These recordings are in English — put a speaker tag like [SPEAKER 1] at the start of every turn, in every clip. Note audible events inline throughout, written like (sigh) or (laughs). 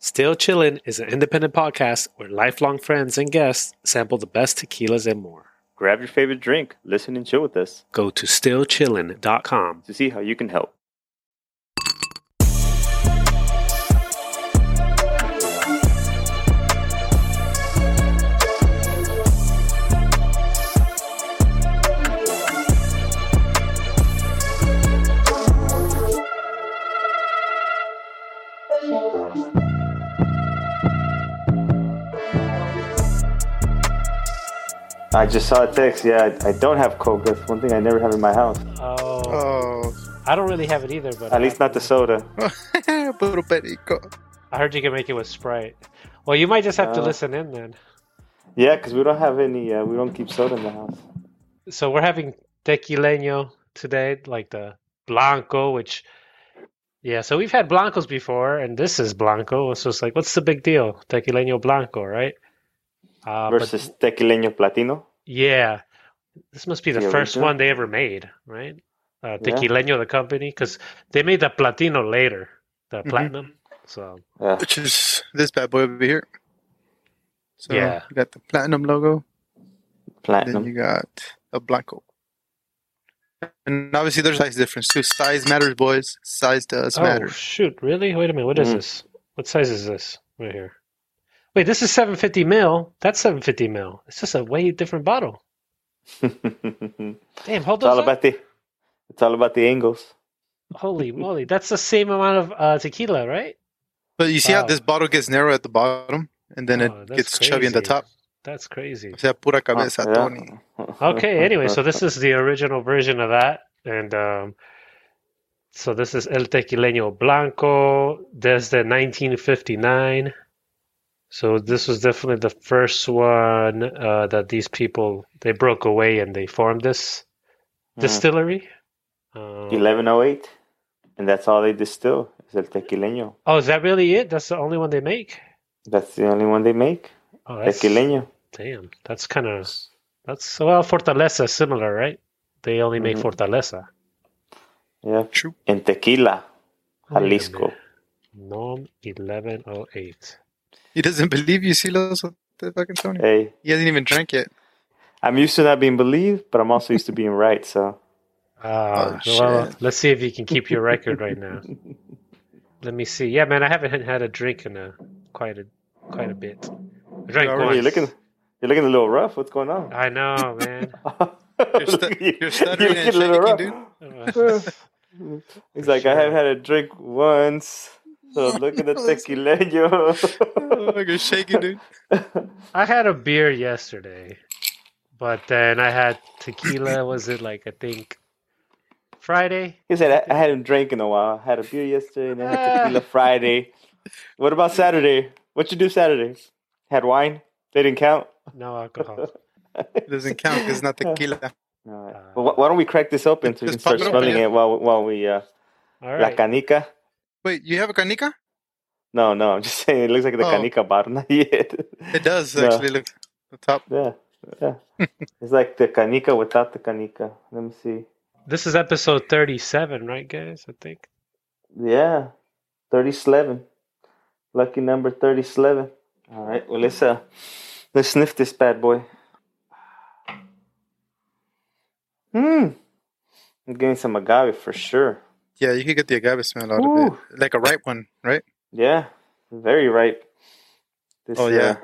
[SPEAKER 1] Still Chillin' is an independent podcast where lifelong friends and guests sample the best tequilas and more.
[SPEAKER 2] Grab your favorite drink, listen and chill with us
[SPEAKER 1] Go to stillchillin.com.
[SPEAKER 2] to see how you can help. I just saw a text. Yeah, I, I don't have Coke. That's one thing I never have in my house.
[SPEAKER 1] Oh,
[SPEAKER 3] Oh, (laughs)
[SPEAKER 1] I don't really have it either, but
[SPEAKER 2] At least not the soda.
[SPEAKER 3] little perico.
[SPEAKER 1] I heard you can make it with Sprite. Well, you might just have to
[SPEAKER 2] Uh.
[SPEAKER 1] listen in then.
[SPEAKER 2] Yeah, because we don't have any. Uh, we don't keep soda in the house.
[SPEAKER 1] Ah, So we're having tequileño today, like the blanco, which yeah. So we've had blancos before, and this is blanco. So it's like, what's the big deal? Tequileño blanco, right? Uh, but-
[SPEAKER 2] Versus tequileño platino.
[SPEAKER 1] Yeah, this must be the
[SPEAKER 2] The
[SPEAKER 1] first
[SPEAKER 2] original?
[SPEAKER 1] one they ever made, right? Uh,
[SPEAKER 2] Yeah.
[SPEAKER 1] Tequileño, the company, because they made the Platino later, the
[SPEAKER 3] Mhm.
[SPEAKER 1] Platinum. So
[SPEAKER 2] Yeah.
[SPEAKER 3] Which is this bad boy over here. So
[SPEAKER 1] Yeah.
[SPEAKER 3] you got the platinum logo, then
[SPEAKER 2] Platinum.
[SPEAKER 3] you got a blanco. And obviously there's size difference too. Size matters, boys. Size does
[SPEAKER 1] oh
[SPEAKER 3] matter.
[SPEAKER 1] shoot, really? Wait a minute, what is
[SPEAKER 2] Mhm.
[SPEAKER 1] this? What size is this right here? Wait, this is 750 mil. That's 750 mil. It's just a way different bottle.
[SPEAKER 2] (laughs) it's
[SPEAKER 1] Damn, hold
[SPEAKER 2] all
[SPEAKER 1] on.
[SPEAKER 2] about the. It's all about the angles.
[SPEAKER 1] Holy moly, that's the same amount of uh, tequila, right?
[SPEAKER 3] But you see
[SPEAKER 1] Wow.
[SPEAKER 3] how this bottle gets narrow at the bottom and then
[SPEAKER 1] Oh,
[SPEAKER 3] it
[SPEAKER 1] that's
[SPEAKER 3] gets chubby in the
[SPEAKER 1] crazy. Ah,
[SPEAKER 3] top.
[SPEAKER 1] That's crazy.
[SPEAKER 3] O sea, pura cabeza,
[SPEAKER 2] Yeah.
[SPEAKER 3] Tony.
[SPEAKER 1] Okay, anyway, so
[SPEAKER 2] (laughs)
[SPEAKER 1] this is the original version of that. And um, so this is El Tequileño Blanco desde 1959. So this was definitely the first one uh, that these people they broke away and they formed this
[SPEAKER 2] Mm-hmm.
[SPEAKER 1] distillery. Um,
[SPEAKER 2] Eleven oh eight, and that's all they distill is el tequileño.
[SPEAKER 1] oh, is that really it? That's the only one they make?
[SPEAKER 2] That's the only one they make.
[SPEAKER 1] Oh, that's,
[SPEAKER 2] Tequileño.
[SPEAKER 1] damn, that's kind of that's well, Fortaleza is similar, right? They only make
[SPEAKER 2] Mhm.
[SPEAKER 1] Fortaleza.
[SPEAKER 2] Yeah.
[SPEAKER 3] True.
[SPEAKER 2] In tequila,
[SPEAKER 1] Wait a
[SPEAKER 2] Jalisco.
[SPEAKER 1] minute. Norm 1108.
[SPEAKER 3] He doesn't (laughs) believe you, Silos with the fucking Tony.
[SPEAKER 2] Hey,
[SPEAKER 3] He hasn't even
[SPEAKER 1] (laughs)
[SPEAKER 3] drank yet. (laughs)
[SPEAKER 2] I'm used to not being believed, but I'm also used to being right. So
[SPEAKER 1] Ah,
[SPEAKER 3] Oh,
[SPEAKER 1] well,
[SPEAKER 3] shit.
[SPEAKER 1] let's see if you can keep your record right
[SPEAKER 3] (laughs)
[SPEAKER 1] now. Let me see. Yeah, man, I haven't had a drink in a quite a quite a bit. I drank
[SPEAKER 3] You're
[SPEAKER 2] Hey,
[SPEAKER 3] already
[SPEAKER 2] you're
[SPEAKER 1] once.
[SPEAKER 2] looking, you're looking a little rough. What's going on?
[SPEAKER 1] I know, man. (laughs)
[SPEAKER 2] Look
[SPEAKER 3] stu-
[SPEAKER 2] at (laughs) you.
[SPEAKER 3] you're stuttering
[SPEAKER 2] looking
[SPEAKER 3] and
[SPEAKER 2] a little
[SPEAKER 3] shaking,
[SPEAKER 2] rough.
[SPEAKER 1] Uh,
[SPEAKER 2] It's like I haven't had a drink once. So look
[SPEAKER 3] (laughs)
[SPEAKER 2] at the tequileño.
[SPEAKER 3] Oh, you're shaking, dude.
[SPEAKER 1] I had a beer yesterday, but then I had tequila. Was it like I think Friday?
[SPEAKER 2] (laughs) he said I, I hadn't drank in a while. I had a beer yesterday and then I had
[SPEAKER 1] Ah.
[SPEAKER 3] (laughs)
[SPEAKER 2] tequila Friday. What about Saturday? What you do Saturday? Had wine? They didn't count.
[SPEAKER 1] No alcohol.
[SPEAKER 3] It doesn't count because it's not tequila.
[SPEAKER 2] All right.
[SPEAKER 1] Uh,
[SPEAKER 2] well, why- why don't we crack this open so we can
[SPEAKER 3] Just
[SPEAKER 2] start
[SPEAKER 3] pop it open,
[SPEAKER 2] smelling
[SPEAKER 3] yeah.
[SPEAKER 2] it while while we uh,
[SPEAKER 1] All right.
[SPEAKER 2] la canica?
[SPEAKER 3] Wait, you have a canica?
[SPEAKER 2] No, no, I'm just saying it looks like the
[SPEAKER 3] Oh.
[SPEAKER 2] canica bottle. (laughs) Not yet.
[SPEAKER 3] It does
[SPEAKER 2] No.
[SPEAKER 3] actually look the top.
[SPEAKER 2] Yeah, yeah.
[SPEAKER 3] (laughs)
[SPEAKER 2] it's like the canica without the canica. Let me see.
[SPEAKER 1] This is episode 37, right, guys? I think.
[SPEAKER 2] Yeah, thirty-seven. Lucky number thirty-seven. All right. Well, let's uh, let's sniff this bad boy. Hmm. I'm getting some agave for sure.
[SPEAKER 3] Yeah, you could get the agave smell out of
[SPEAKER 2] Ooh.
[SPEAKER 3] it, like a ripe one, right?
[SPEAKER 2] Yeah, very ripe. This, uh,
[SPEAKER 3] Oh, yeah.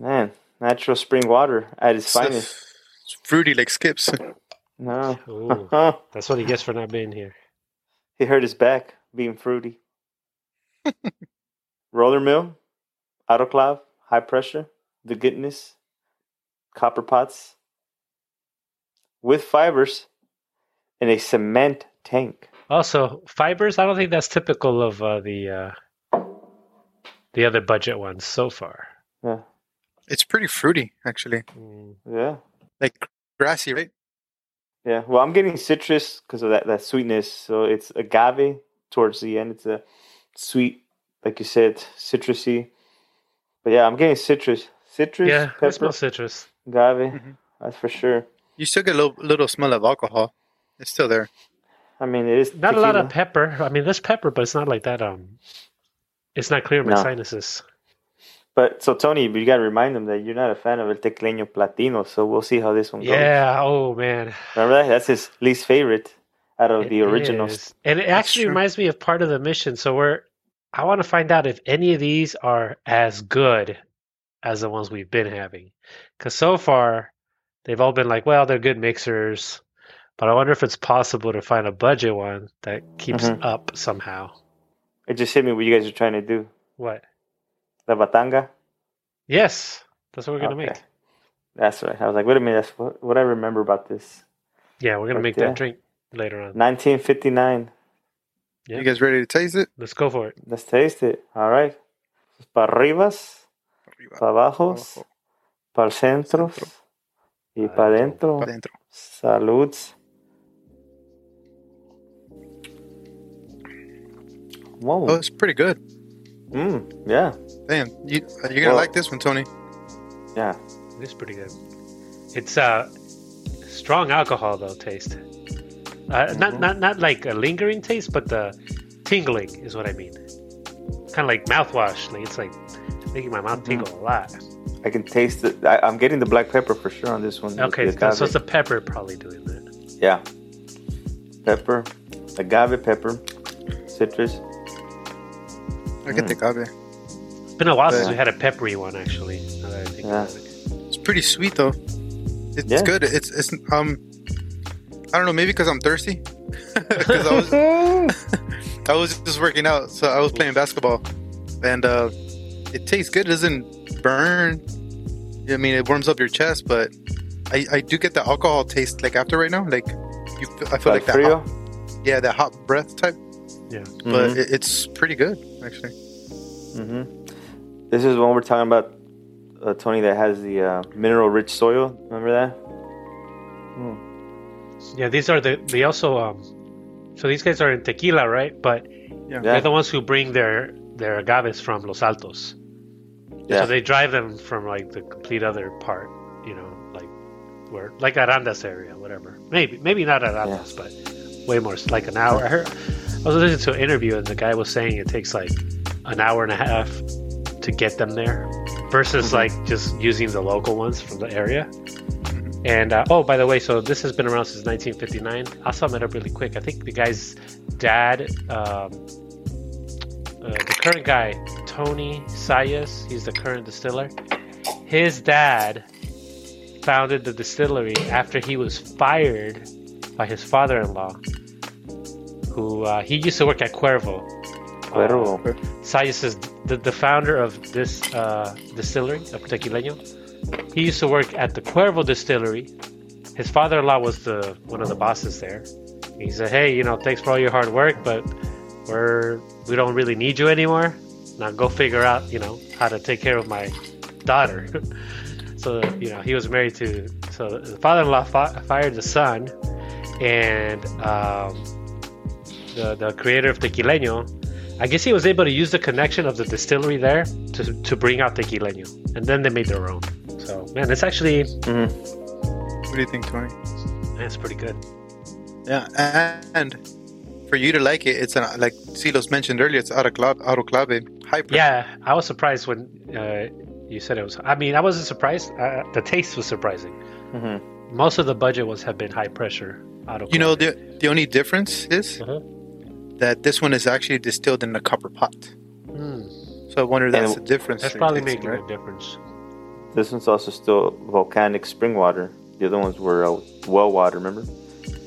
[SPEAKER 2] man, natural spring water at its
[SPEAKER 3] So
[SPEAKER 2] finest.
[SPEAKER 3] f- it's fruity, like skips.
[SPEAKER 2] No. (laughs)
[SPEAKER 1] Ooh, that's what he gets for not being here.
[SPEAKER 2] He hurt his back being fruity. Roller mill, autoclave, high pressure, the goodness, copper pots, with fibers, and a cement tank.
[SPEAKER 1] Also, fibers. I don't think that's typical of uh, the uh, the other budget ones so far.
[SPEAKER 2] Yeah,
[SPEAKER 3] It's pretty fruity, actually,
[SPEAKER 1] Mm.
[SPEAKER 2] yeah,
[SPEAKER 3] like grassy, right?
[SPEAKER 2] yeah. Well, I'm getting citrus because of that, that sweetness. So it's agave towards the end. It's a sweet, like you said, citrusy. But yeah, I'm getting citrus, citrus,
[SPEAKER 1] Yeah, Mm-hmm. I
[SPEAKER 2] pepper,
[SPEAKER 1] smell citrus.
[SPEAKER 2] agave.
[SPEAKER 3] Mhm.
[SPEAKER 2] That's for sure.
[SPEAKER 3] You still get a little, little smell of alcohol. It's still there.
[SPEAKER 2] I mean, it is
[SPEAKER 1] Not a lot of
[SPEAKER 2] tequila.
[SPEAKER 1] pepper. I mean, there's pepper, but it's not like that um It's not clearing my
[SPEAKER 2] No.
[SPEAKER 1] sinuses.
[SPEAKER 2] But so Tony, you gotta remind them that you're not a fan of El Tecleño Platino, so we'll see how this one goes.
[SPEAKER 1] Yeah. Oh man.
[SPEAKER 2] Remember that? That's his least favorite out of the
[SPEAKER 1] It
[SPEAKER 2] originals.
[SPEAKER 1] is. And it actually
[SPEAKER 3] true.
[SPEAKER 1] reminds me of part of the mission. So we're I want to find out if any of these are as good as the ones we've been having. Cause so far they've all been like, well, they're good mixers. But I wonder if it's possible to find a budget one that keeps
[SPEAKER 2] Mhm.
[SPEAKER 1] up somehow.
[SPEAKER 2] It just hit me what you guys are trying to do.
[SPEAKER 1] What?
[SPEAKER 2] La batanga.
[SPEAKER 1] Yes. That's what we're gonna
[SPEAKER 2] Okay.
[SPEAKER 1] make.
[SPEAKER 2] That's right. I was like, wait a minute, that's what, what I remember about this.
[SPEAKER 1] Yeah, we're gonna make
[SPEAKER 2] Okay. Mm.
[SPEAKER 1] that drink later on.
[SPEAKER 2] 1959.
[SPEAKER 1] Yeah.
[SPEAKER 3] You guys ready to taste it?
[SPEAKER 1] Let's go for it.
[SPEAKER 2] Let's taste it. All right. Para arribas, para abajos, para centros y para adentro.
[SPEAKER 3] Pa' dentro.
[SPEAKER 2] Salud. Whoa.
[SPEAKER 3] Oh, it's pretty good.
[SPEAKER 2] Mm, yeah.
[SPEAKER 3] Damn, you, you're gonna
[SPEAKER 2] Well-
[SPEAKER 3] like this one, Tony.
[SPEAKER 2] Yeah.
[SPEAKER 1] It's pretty good. It's uh strong alcohol though taste. Uh,
[SPEAKER 2] Mm-hmm.
[SPEAKER 1] Not not not like a lingering taste, but the tingling is what I mean. Kind of like mouthwash. Like it's like making my mouth tingle a
[SPEAKER 2] Mm-hmm.
[SPEAKER 1] lot.
[SPEAKER 2] I can taste it. I, I'm getting the black pepper for sure on this one. with
[SPEAKER 1] Okay,
[SPEAKER 2] the
[SPEAKER 1] so so
[SPEAKER 2] agave.
[SPEAKER 1] it's the pepper probably doing that.
[SPEAKER 2] Yeah. Pepper, agave pepper, citrus.
[SPEAKER 3] I get the
[SPEAKER 2] mm.
[SPEAKER 3] agave.
[SPEAKER 1] It's been a while since
[SPEAKER 2] Yeah.
[SPEAKER 1] we had a peppery one actually. now that I think
[SPEAKER 2] Yeah.
[SPEAKER 1] about it.
[SPEAKER 3] It's pretty sweet though. It's
[SPEAKER 2] Yeah.
[SPEAKER 3] good. It's it's um, I don't know. Maybe because I'm thirsty. (laughs) 'Cause I was I was just working out, so I was playing basketball, and uh, it tastes good. It doesn't burn. I mean, it warms up your chest, but I, I do get the alcohol taste like after right now. Like you, feel- I feel like that.
[SPEAKER 2] Frio.
[SPEAKER 3] Hot, yeah, that hot breath type.
[SPEAKER 1] Yeah.
[SPEAKER 3] But
[SPEAKER 2] Mm-hmm.
[SPEAKER 3] it, it's pretty good actually.
[SPEAKER 2] hmm This is when we're talking about uh, Tony that has the uh, mineral rich soil. Remember that?
[SPEAKER 1] Yeah, these are the they also um so these guys are in tequila, right? But
[SPEAKER 2] Yeah.
[SPEAKER 1] they're the ones who bring their their agaves from Los Altos.
[SPEAKER 2] Yeah.
[SPEAKER 1] So they drive them from like the complete other part, you know, like where like Arandas area, whatever. Maybe maybe not Arandas, but way more like an hour. I heard I was listening to an interview and the guy was saying it takes like an hour and a half to get them there versus like just using the local ones from the area. And uh, oh, by the way, so this has been around since 1959. I'll sum it up really quick. I think the guy's dad, um, uh, the current guy, Tony Sayas, he's the current distiller. His dad founded the distillery after he was fired by his father-in-law, who uh, he used to work at Cuervo. Uh,
[SPEAKER 2] Cuervo.
[SPEAKER 1] Sayas is the, the founder of this uh, distillery of Tequileño. He used to work at the Cuervo distillery. His father-in-law was the one of the bosses there. He said, "Hey, you know, thanks for all your hard work, but we're we don't really need you anymore. Now go figure out, you know, how to take care of my daughter." (laughs) so you know, he was married to. So the father-in-law fi- fired the son, and um, the the creator of Tequileño I guess he was able to use the connection of the distillery there to, to bring out tequileño, and then they made their own. So man, it's actually
[SPEAKER 2] Mhm.
[SPEAKER 3] What do you think, Tony?
[SPEAKER 1] man, it's pretty good.
[SPEAKER 3] Yeah, and for you to like it, it's an, like Silos mentioned earlier. It's autoclave, autoclave, hyper.
[SPEAKER 1] Yeah, I was surprised when uh, you said it was. I mean, I wasn't surprised. Uh, the taste was surprising.
[SPEAKER 2] Mhm.
[SPEAKER 1] Most of the budget was have been high pressure. Auto
[SPEAKER 3] You know the the only difference is
[SPEAKER 1] Uh-huh.
[SPEAKER 3] that this one is actually distilled in a copper pot.
[SPEAKER 1] Mm,
[SPEAKER 3] So I wonder if that's
[SPEAKER 2] And-
[SPEAKER 3] the difference.
[SPEAKER 1] that's
[SPEAKER 3] in
[SPEAKER 1] probably
[SPEAKER 3] tasting,
[SPEAKER 1] making
[SPEAKER 3] right?
[SPEAKER 1] a difference.
[SPEAKER 2] This one's also still volcanic spring water. The other ones were uh, well water. Remember?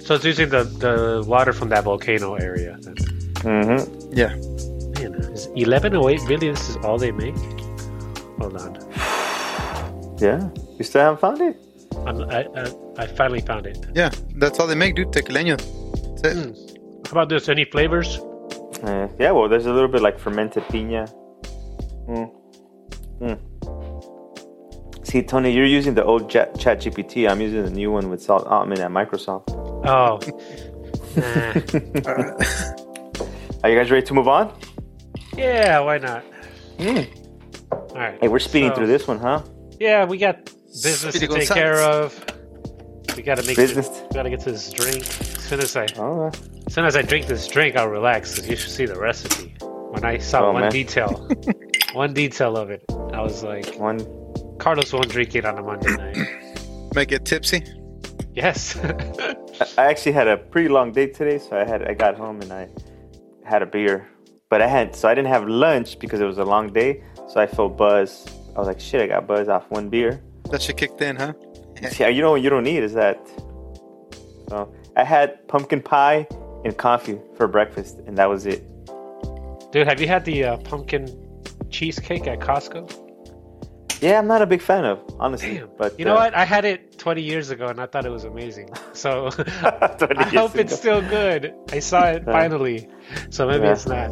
[SPEAKER 1] So it's using the, the water from that volcano area. then.
[SPEAKER 2] Mm-hmm.
[SPEAKER 3] Yeah,
[SPEAKER 1] Man, is 1108 really this is all they make? Hold on.
[SPEAKER 2] Yeah. You still haven't found it?
[SPEAKER 1] I'm, I, I, I finally found it.
[SPEAKER 3] yeah. That's all they make, dude. Tequileño. That's it.
[SPEAKER 1] Mm. How about this? Any flavors?
[SPEAKER 2] Uh, yeah. Well, there's a little bit like fermented piña. Mm. Mm. See, Tony, you're using the old Chat GPT. I'm using the new one with Salt Altman at Microsoft.
[SPEAKER 1] Oh. Nah.
[SPEAKER 2] Are you guys ready to move on?
[SPEAKER 1] yeah, why not?
[SPEAKER 2] Mm.
[SPEAKER 1] All right.
[SPEAKER 2] Hey, we're speeding
[SPEAKER 1] So,
[SPEAKER 2] through this one, huh?
[SPEAKER 1] Yeah, we got business
[SPEAKER 3] Speedy
[SPEAKER 1] to take
[SPEAKER 3] Gonzales.
[SPEAKER 1] care of. We gotta make
[SPEAKER 2] Business.
[SPEAKER 1] This, we gotta get to this drink. As soon as I, as
[SPEAKER 2] Oh,
[SPEAKER 1] soon as I drink this drink, I'll relax. Cause you should see the recipe. when I saw
[SPEAKER 2] Oh,
[SPEAKER 1] one
[SPEAKER 2] man. (laughs)
[SPEAKER 1] detail, one detail of it. I was like,
[SPEAKER 2] One.
[SPEAKER 1] Carlos won't drink it on a Monday
[SPEAKER 2] (laughs)
[SPEAKER 1] night.
[SPEAKER 3] Might get tipsy.
[SPEAKER 1] Yes. (laughs)
[SPEAKER 2] I- I actually had a pretty long day today, so I had I got home and I had a beer, but I had so I didn't have lunch because it was a long day. So I felt buzzed. I was like, shit, I got buzzed off one beer.
[SPEAKER 3] That shit kicked in, huh?
[SPEAKER 2] Yeah, you know what you don't need is that. So I had pumpkin pie and coffee for breakfast, and that was it.
[SPEAKER 1] Dude, have you had the uh, pumpkin cheesecake at Costco?
[SPEAKER 2] Yeah, I'm not a big fan of honestly,
[SPEAKER 1] Damn.
[SPEAKER 2] but
[SPEAKER 1] You know
[SPEAKER 2] uh, (laughs)
[SPEAKER 1] what? I had it 20 years ago and I thought it was amazing. (laughs) So (laughs)
[SPEAKER 2] don't
[SPEAKER 1] I
[SPEAKER 2] get
[SPEAKER 1] hope it's
[SPEAKER 2] single.
[SPEAKER 1] still good. I saw it
[SPEAKER 2] (laughs) Yeah.
[SPEAKER 1] finally. So maybe
[SPEAKER 2] Yeah.
[SPEAKER 1] it's not.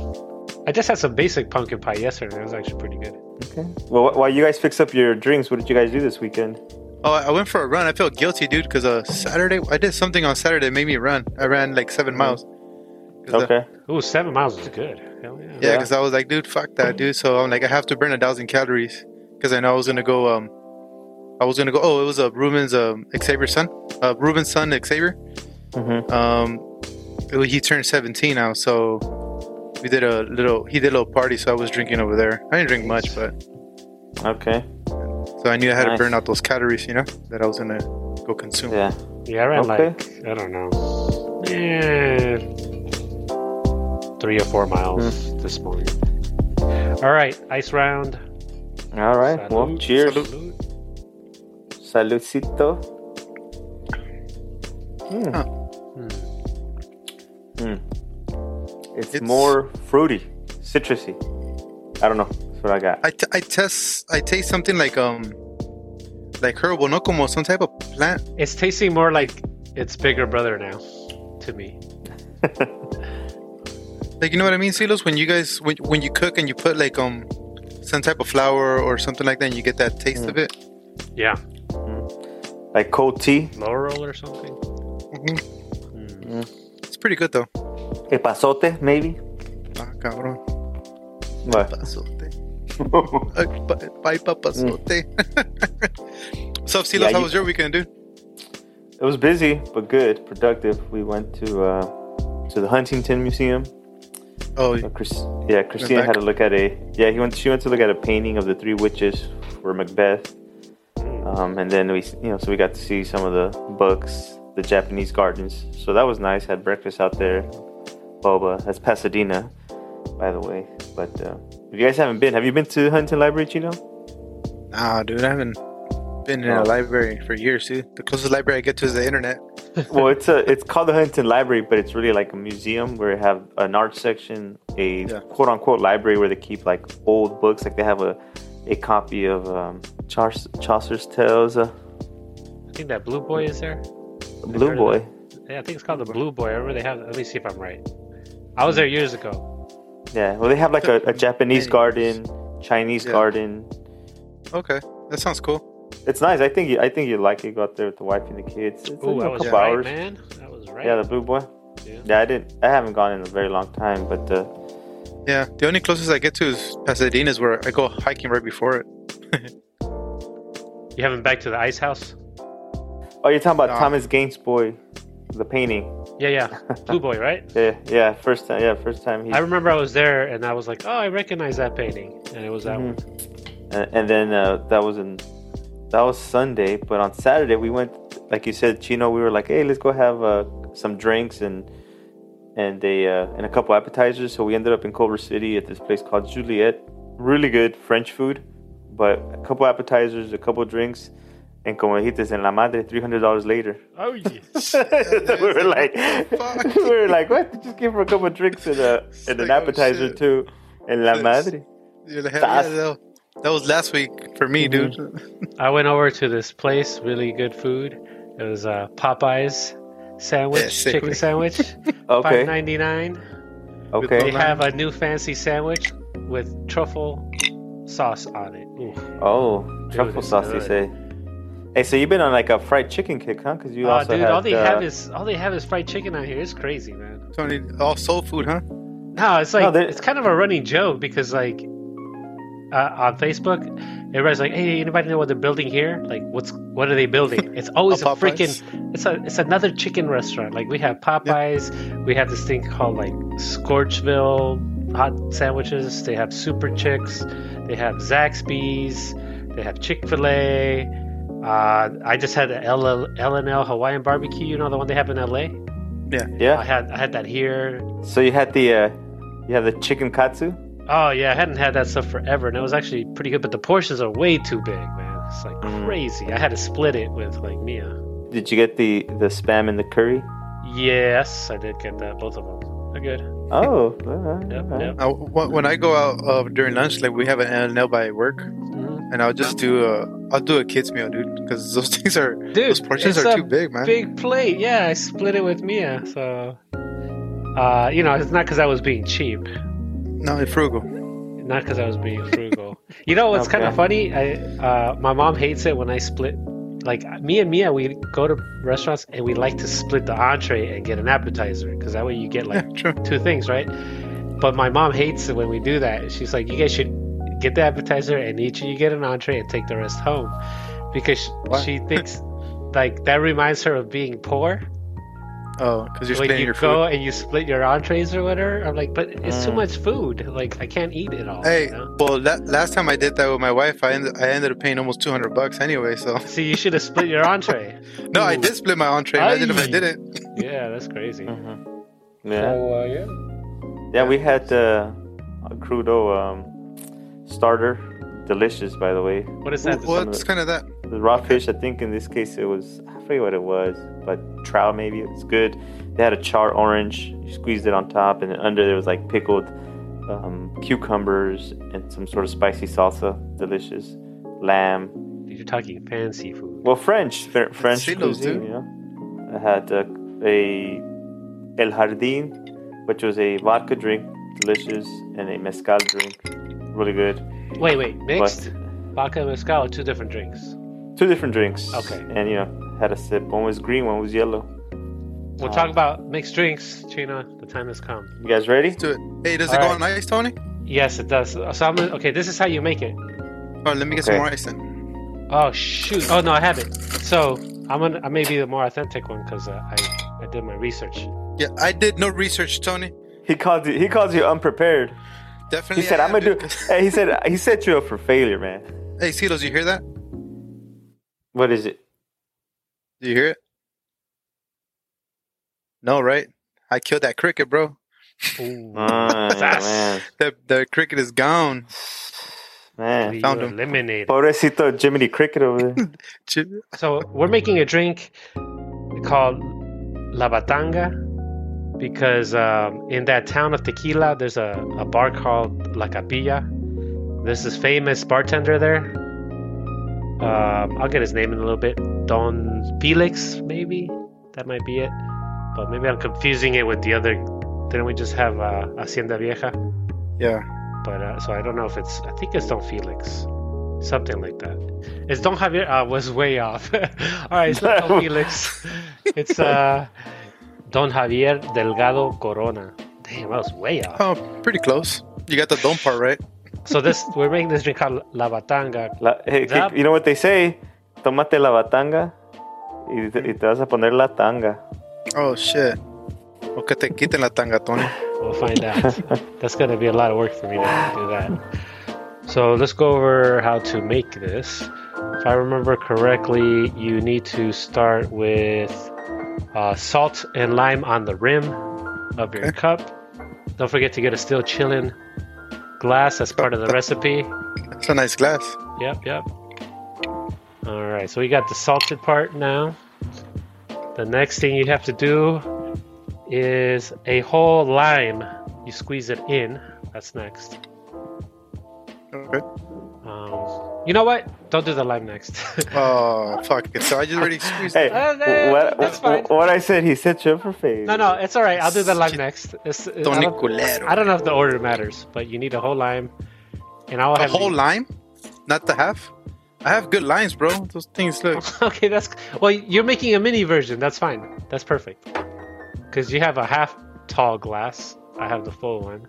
[SPEAKER 1] I just had some basic pumpkin pie yesterday. It was actually pretty good.
[SPEAKER 2] Okay. Well, wh- while you guys fix up your drinks, what did you guys do this weekend?
[SPEAKER 3] Oh, I I went for a run. I felt guilty, dude, because uh, Saturday I did something on Saturday that made me run. I ran like seven
[SPEAKER 1] Hmm.
[SPEAKER 3] miles. 'Cause, uh,
[SPEAKER 2] Okay.
[SPEAKER 1] Ooh, seven miles is good. Hell yeah.
[SPEAKER 3] yeah,
[SPEAKER 2] Yeah.
[SPEAKER 3] because I was like, dude, fuck that, dude. So I'm like, I have to burn a thousand calories because I know I was gonna go. Um, I was gonna go. Oh, it was uh, Ruben's um, Xavier's son. Uh, Ruben's son, Xavier.
[SPEAKER 2] Mm-hmm.
[SPEAKER 3] Um, it- he turned 17 now, so we did a little. He did a little party, so I was drinking over there. I didn't drink much, but
[SPEAKER 2] Okay.
[SPEAKER 3] so I knew I had
[SPEAKER 2] Nice.
[SPEAKER 3] to burn out those calories, you know, that I was gonna go consume.
[SPEAKER 2] Yeah.
[SPEAKER 1] Yeah, I ran
[SPEAKER 2] Okay.
[SPEAKER 1] like I don't know, eh, three or four
[SPEAKER 2] Hmm.
[SPEAKER 1] miles this morning. All right, ice round.
[SPEAKER 2] All right. Well,
[SPEAKER 1] Salud,
[SPEAKER 2] cheers.
[SPEAKER 1] salud.
[SPEAKER 2] Saludcito. Hmm.
[SPEAKER 3] Huh.
[SPEAKER 1] Hmm.
[SPEAKER 2] Hmm. It's,
[SPEAKER 3] It's-
[SPEAKER 2] more fruity, citrusy. I don't know. That's what I got.
[SPEAKER 3] I, t- I test I taste something like um like herbal no como some type of plant
[SPEAKER 1] It's tasting more like its bigger brother now, to me.
[SPEAKER 3] like you know what I mean Silos when you guys when, when you cook and you put like um some type of flour or something like that and you get that taste
[SPEAKER 2] Mm.
[SPEAKER 3] of it
[SPEAKER 1] Yeah,
[SPEAKER 2] Like cold tea.
[SPEAKER 1] laurel or something.
[SPEAKER 3] mm-hmm.
[SPEAKER 2] Mm.
[SPEAKER 3] it's pretty good though
[SPEAKER 2] El pasote, maybe.
[SPEAKER 3] ah cabrón
[SPEAKER 2] What? (laughs)
[SPEAKER 3] pasote Ah, pa- paipa pasote (laughs) what's up Silos
[SPEAKER 2] Mm. Yeah,
[SPEAKER 3] how
[SPEAKER 2] you-
[SPEAKER 3] was your weekend dude
[SPEAKER 2] it was busy, but good, productive. We went to uh, to the Huntington Museum.
[SPEAKER 3] oh
[SPEAKER 2] Uh, Chris, yeah, Christina
[SPEAKER 3] back.
[SPEAKER 2] had a look at a yeah. He went. She went to look at a painting of the three witches for Macbeth, um, and then we you know so we got to see some of the books, the Japanese gardens. So that was nice. Had breakfast out there, boba. That's Pasadena, by the way. But uh, if you guys haven't been, have you been to the Huntington Library, Chino?
[SPEAKER 3] nah dude I haven't been in
[SPEAKER 2] Oh.
[SPEAKER 3] a library for years dude the closest library I get to is the internet
[SPEAKER 2] well, it's a it's called the Huntington Library, but it's really like a museum where they have an art section, a
[SPEAKER 3] Yeah.
[SPEAKER 2] quote unquote library where they keep like old books. Like they have a a copy of um, Chaucer, Chaucer's Tales. Uh,
[SPEAKER 1] I think that blue boy is there.
[SPEAKER 2] Blue
[SPEAKER 1] heard of
[SPEAKER 2] Boy.
[SPEAKER 1] Yeah, I think it's called the blue boy. I remember they have. Let me see if I'm right. I was there years ago.
[SPEAKER 2] Yeah. Well, they have like a, a Japanese
[SPEAKER 3] Many
[SPEAKER 2] garden, Chinese
[SPEAKER 3] Yeah.
[SPEAKER 2] garden.
[SPEAKER 3] okay that sounds cool
[SPEAKER 2] It's nice. I think you, I think you like it. Go out there with the wife and the kids. It's
[SPEAKER 1] Oh,
[SPEAKER 2] like
[SPEAKER 1] I
[SPEAKER 2] a
[SPEAKER 1] was
[SPEAKER 2] couple
[SPEAKER 1] right,
[SPEAKER 2] hours.
[SPEAKER 1] man. I was right.
[SPEAKER 2] Yeah, the Blue Boy.
[SPEAKER 1] Yeah.
[SPEAKER 2] Yeah. I didn't. I haven't gone in a very long time, but uh,
[SPEAKER 3] Yeah, the only closest I get to is Pasadena, is where I go hiking right before it.
[SPEAKER 1] You haven't back to the ice house?
[SPEAKER 2] oh, you're talking about
[SPEAKER 3] No.
[SPEAKER 2] Thomas Gaines Boy, the painting.
[SPEAKER 1] Yeah,
[SPEAKER 2] (laughs)
[SPEAKER 1] yeah. Blue boy, right?
[SPEAKER 2] Yeah, yeah. First time. Yeah, first time he.
[SPEAKER 1] I remember I was there and I was like, oh, I recognize that painting. And it was that one.
[SPEAKER 2] and, and then uh, that was in that was Sunday, but on Saturday we went, like you said, Chino. We were like, hey, let's go have uh, some drinks and and they uh, and a couple appetizers. So we ended up in Culver City at this place called Juliet. Really good French food, but a couple appetizers, a couple drinks, and comojitas and la madre. Three hundred dollars later, (laughs)
[SPEAKER 1] Oh, yeah.
[SPEAKER 2] we were like, (laughs)
[SPEAKER 3] fuck?
[SPEAKER 2] we were like, what? Just give her a couple drinks and a and
[SPEAKER 3] like,
[SPEAKER 2] an
[SPEAKER 3] oh,
[SPEAKER 2] appetizer
[SPEAKER 3] shit.
[SPEAKER 2] too, and la
[SPEAKER 3] Yes.
[SPEAKER 2] madre.
[SPEAKER 3] You're like, hell yeah, though. That was last week for me, dude.
[SPEAKER 1] I went over to this place, really good food. It was uh, Popeye's sandwich,
[SPEAKER 3] Yeah, sick
[SPEAKER 1] chicken
[SPEAKER 3] way.
[SPEAKER 1] sandwich,
[SPEAKER 2] Okay,
[SPEAKER 1] five ninety nine. They
[SPEAKER 2] okay.
[SPEAKER 3] Online.
[SPEAKER 1] have a new fancy sandwich with truffle sauce on it. Uh, Ooh.
[SPEAKER 2] Oh, truffle
[SPEAKER 1] it's
[SPEAKER 2] sauce, you
[SPEAKER 1] good.
[SPEAKER 2] say? Hey, so you've been on like a fried chicken kick, huh? Because you
[SPEAKER 1] Oh,
[SPEAKER 2] also
[SPEAKER 1] dude,
[SPEAKER 2] had,
[SPEAKER 1] all they
[SPEAKER 2] uh,
[SPEAKER 1] have is all they have is fried chicken out here. It's crazy, man.
[SPEAKER 3] Tony, all soul food, huh?
[SPEAKER 1] No, it's like
[SPEAKER 2] No, there-
[SPEAKER 1] it's kind of a running joke because like uh, on Facebook, everybody's like, "Hey, anybody know what they're building here? Like, what's what are they building?" It's always a,
[SPEAKER 3] A Popeyes?
[SPEAKER 1] freaking it's a it's another chicken restaurant. Like we have Popeyes, we have this thing called like Scorchville hot sandwiches. They have Super Chicks. They have Zaxby's. They have Chick Fil A. Uh, I just had the L and L Hawaiian barbecue. You know the one they have in L A. I
[SPEAKER 2] Yeah.
[SPEAKER 1] had I had that here.
[SPEAKER 2] So you had the uh, you had the chicken katsu.
[SPEAKER 1] Oh yeah, I hadn't had that stuff forever, and it was actually pretty good. But the portions are way too big, man. It's like
[SPEAKER 2] Mm.
[SPEAKER 1] crazy. I had to split it with like uh, Mia.
[SPEAKER 2] Did you get the the spam and the curry?
[SPEAKER 1] Yes, I did get that. Both of them. They're good. (laughs)
[SPEAKER 2] Oh, alright,
[SPEAKER 1] Yep.
[SPEAKER 2] alright.
[SPEAKER 1] Yep.
[SPEAKER 3] Now, wh- when I go out uh, during lunch, like we have an LNL by work,
[SPEAKER 1] Mhm.
[SPEAKER 3] and I'll just do a I'll do a kids meal, dude, because those (laughs) things are those
[SPEAKER 1] Dude,
[SPEAKER 3] portions
[SPEAKER 1] it's
[SPEAKER 3] are
[SPEAKER 1] a
[SPEAKER 3] too big, man.
[SPEAKER 1] big plate. Yeah, I split it with Mia. So, uh, you know, it's not because I was being cheap.
[SPEAKER 3] No, it's frugal.
[SPEAKER 1] Not because I was
[SPEAKER 3] (laughs)
[SPEAKER 1] being frugal. you know what's kind
[SPEAKER 2] Okay.
[SPEAKER 1] of funny? I uh, my mom hates it when I split. Like me and Mia, we go to restaurants and we like to split the entree and get an appetizer because that way you get
[SPEAKER 3] Yeah,
[SPEAKER 1] like
[SPEAKER 3] true.
[SPEAKER 1] two things, right? But my mom hates it when we do that. She's like, you guys should get the appetizer and each of you get an entree and take the rest home because she,
[SPEAKER 3] Why?
[SPEAKER 1] she thinks like that reminds her of being poor
[SPEAKER 3] Oh, because you're
[SPEAKER 1] when
[SPEAKER 3] splitting
[SPEAKER 1] you
[SPEAKER 3] your
[SPEAKER 1] go
[SPEAKER 3] food.
[SPEAKER 1] and you split your entrees or whatever. I'm like, but it's too
[SPEAKER 2] Mm.
[SPEAKER 1] much food. Like I can't eat it all.
[SPEAKER 3] Hey,
[SPEAKER 1] you know?
[SPEAKER 3] well, that, last time I did that with my wife, I ended, I ended up paying almost two hundred bucks anyway. So (laughs)
[SPEAKER 1] See, you should have split your entree.
[SPEAKER 3] no, I did split my entree. Imagine if I
[SPEAKER 1] Aye.
[SPEAKER 3] didn't.
[SPEAKER 1] Yeah, that's
[SPEAKER 2] (laughs)
[SPEAKER 1] crazy.
[SPEAKER 2] Mhm. Yeah,
[SPEAKER 1] So, uh, yeah.
[SPEAKER 2] yeah. We had uh, a crudo um, starter, delicious by the way.
[SPEAKER 1] What is that?
[SPEAKER 2] What?
[SPEAKER 3] What's kind of that?
[SPEAKER 2] The raw fish, I think in this case it was I forget what it was, but trout maybe. It's good. They had a char orange. You squeezed it on top, and then under there was like pickled um, cucumbers and some sort of spicy salsa. Delicious. Lamb.
[SPEAKER 1] You're talking fancy food.
[SPEAKER 2] Well, French, Fr- French
[SPEAKER 3] silos,
[SPEAKER 2] cuisine.
[SPEAKER 3] dude.
[SPEAKER 2] You know, I had uh, a El Jardín, which was a vodka drink, delicious, and a mezcal drink, really good.
[SPEAKER 1] Wait, wait. Mixed
[SPEAKER 2] But-
[SPEAKER 1] vodka and mezcal are two different drinks.
[SPEAKER 2] two different drinks.
[SPEAKER 1] Okay.
[SPEAKER 2] And you know, had a sip. One was green, one was yellow.
[SPEAKER 1] We'll
[SPEAKER 2] Oh.
[SPEAKER 1] talk about mixed drinks, Chino. The time has come.
[SPEAKER 2] You guys ready?
[SPEAKER 3] Let's do it. Hey, does it
[SPEAKER 1] All
[SPEAKER 3] go
[SPEAKER 1] right.
[SPEAKER 3] on ice, Tony?
[SPEAKER 1] Yes, it does. So I'm gonna- okay. This is how you make it.
[SPEAKER 3] Oh, let me get some
[SPEAKER 2] Okay.
[SPEAKER 3] more ice then.
[SPEAKER 1] Oh shoot! Oh no, I have it. So I'm gonna. I may be the more authentic one because uh, I I did my research.
[SPEAKER 3] Yeah, I did no research, Tony.
[SPEAKER 2] He called you. He calls you unprepared. He
[SPEAKER 3] Definitely.
[SPEAKER 2] said,
[SPEAKER 3] I
[SPEAKER 2] "I'm
[SPEAKER 3] am,
[SPEAKER 2] gonna do."
[SPEAKER 3] dude, (laughs)
[SPEAKER 2] (laughs)
[SPEAKER 3] 'cause-
[SPEAKER 2] hey, he said he set you up for failure, man.
[SPEAKER 3] Hey, Silos, you hear that?
[SPEAKER 2] What is
[SPEAKER 1] (laughs)
[SPEAKER 2] it?
[SPEAKER 3] Do you hear it? No, right? I killed that cricket, bro.
[SPEAKER 1] Ooh.
[SPEAKER 3] Uh,
[SPEAKER 2] Mm,
[SPEAKER 1] Sass.
[SPEAKER 2] man,
[SPEAKER 3] That the cricket is gone.
[SPEAKER 2] man.
[SPEAKER 1] You
[SPEAKER 3] found him.
[SPEAKER 1] eliminated.
[SPEAKER 2] Pobrecito Jiminy Cricket over there.
[SPEAKER 3] Ch-
[SPEAKER 1] So we're making a drink called La Batanga because um, in that town of Tequila, there's a, a bar called La Capilla. There's this famous bartender there. Um, I'll get his name in a little bit. Don Felix, maybe? That might be it. But maybe I'm confusing it with the other. Didn't we just have uh, Hacienda Vieja?
[SPEAKER 3] Yeah.
[SPEAKER 1] But uh, so I don't know if it's. I think it's Don Felix, something like that. It's Don Javier. I was way off. (laughs) All right, it's not Don Felix. It's uh, Don Javier Delgado Corona. Damn, I was way off.
[SPEAKER 3] Oh, pretty close. You got the dome part right.
[SPEAKER 1] So this we're making this drink called La Batanga.
[SPEAKER 2] La- hey,
[SPEAKER 1] That-
[SPEAKER 2] you know what they say? Tómate la batanga y te, y te vas a poner la tanga.
[SPEAKER 3] Oh shit. O que te quiten la tanga, Tony.
[SPEAKER 1] We'll find out. That's gonna be a lot of work for me to do that. So let's go over how to make this. If I remember correctly, you need to start with uh, salt and lime on the rim of your
[SPEAKER 3] Okay.
[SPEAKER 1] cup. Don't forget to get a still chilling glass as part of the recipe.
[SPEAKER 3] That's a nice glass.
[SPEAKER 1] Yep, yep. All right, so we got the salted part now. The next thing you have to do is a whole lime. You squeeze it in. That's next.
[SPEAKER 3] Okay.
[SPEAKER 1] Um, you know what? Don't do the lime next. (laughs)
[SPEAKER 3] Oh fuck it. So I just already squeezed
[SPEAKER 2] Hey,
[SPEAKER 3] it.
[SPEAKER 1] Uh, that-
[SPEAKER 2] what,
[SPEAKER 1] that's fine.
[SPEAKER 2] what I said? He set you up for failure.
[SPEAKER 1] no, no, it's all right. I'll do the lime
[SPEAKER 3] Shit.
[SPEAKER 1] next. It's, it- I,
[SPEAKER 3] Tony
[SPEAKER 1] don't, I
[SPEAKER 3] Culero.
[SPEAKER 1] don't know if the order matters, but you need a whole lime, and I'll
[SPEAKER 3] A
[SPEAKER 1] have
[SPEAKER 3] whole
[SPEAKER 1] the-
[SPEAKER 3] lime? Not the half? I have good lines, bro. Those things
[SPEAKER 1] (laughs)
[SPEAKER 3] look
[SPEAKER 1] okay, that's well. You're making a mini version. That's fine. That's perfect. Because you have a half tall glass. I have the full one,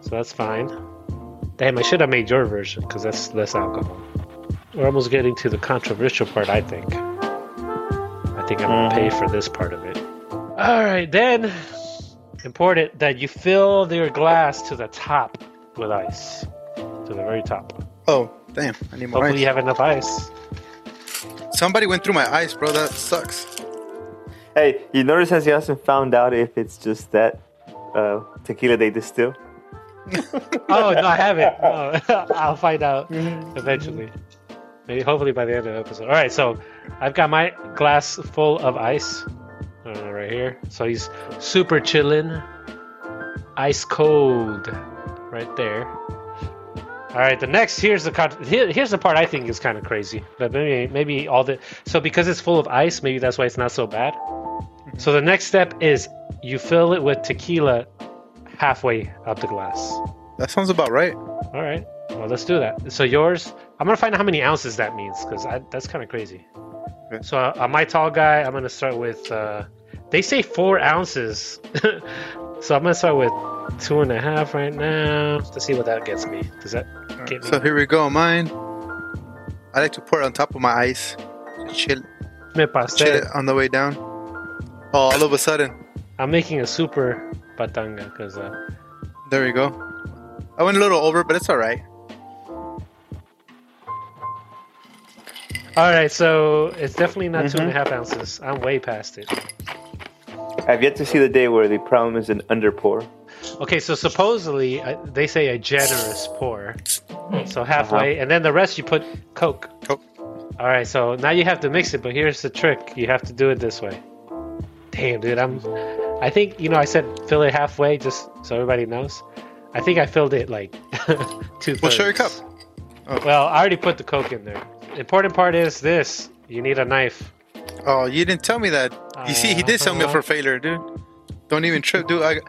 [SPEAKER 1] so that's fine. Damn, I should have made your version because that's less alcohol. We're almost getting to the controversial part. I think. I think I'm gonna pay for this part of it. All right, then important that you fill your glass to the top with ice, to the very top.
[SPEAKER 3] Oh, damn. I need more
[SPEAKER 1] Hopefully,
[SPEAKER 3] ice.
[SPEAKER 1] you have enough ice.
[SPEAKER 3] Somebody went through my ice, bro. That sucks.
[SPEAKER 2] Hey, you notice as he hasn't found out if it's just that uh, tequila they distill?
[SPEAKER 1] Oh no, I haven't. No. (laughs) I'll find out eventually. Maybe, hopefully, by the end of the episode. All right, so I've got my glass full of ice uh, right here. So he's super chillin', ice cold, right there. All right, the next here's the con- here, here's the part I think is kind of crazy, but maybe maybe all the so because it's full of ice, maybe that's why it's not so bad. So the next step is you fill it with tequila halfway up the glass.
[SPEAKER 3] That sounds about right.
[SPEAKER 1] All right. Well, let's do that. So yours, I'm gonna find out how many ounces that means because that's kind of crazy.
[SPEAKER 3] Okay.
[SPEAKER 1] So uh, on my tall guy, I'm gonna start with. Uh, they say four ounces, (laughs) so I'm gonna start with two and a half right now to see what that gets me. Does that get me?
[SPEAKER 3] So here we go. Mine. I like to pour it on top of my ice. Chill,
[SPEAKER 1] Me
[SPEAKER 3] chill
[SPEAKER 1] pastel.
[SPEAKER 3] it on the way down. Oh, all of a sudden.
[SPEAKER 1] I'm making a super batanga because uh,
[SPEAKER 3] There we go. I went a little over, but it's all right.
[SPEAKER 1] all right, so it's definitely not two and a
[SPEAKER 3] Mm-hmm.
[SPEAKER 1] half ounces. I'm way past it.
[SPEAKER 2] I've yet to see the day where the problem is an underpour.
[SPEAKER 1] Okay, so supposedly uh, they say a generous pour, so halfway,
[SPEAKER 3] Uh-huh.
[SPEAKER 1] and then the rest you put Coke.
[SPEAKER 3] Coke.
[SPEAKER 1] All right, so now you have to mix it, but here's the trick: you have to do it this way. Damn, dude, I'm. I think you know I said fill it halfway, just so everybody knows. I think I filled it like (laughs) two.
[SPEAKER 3] Well, show your cup.
[SPEAKER 1] thirds.
[SPEAKER 3] Oh.
[SPEAKER 1] Well, I already put the Coke in there. Important part is this: you need a knife.
[SPEAKER 3] Oh, you didn't tell me that. You see, he did sell me up for
[SPEAKER 1] Uh-huh.
[SPEAKER 3] failure, dude. Don't even trip, dude. I,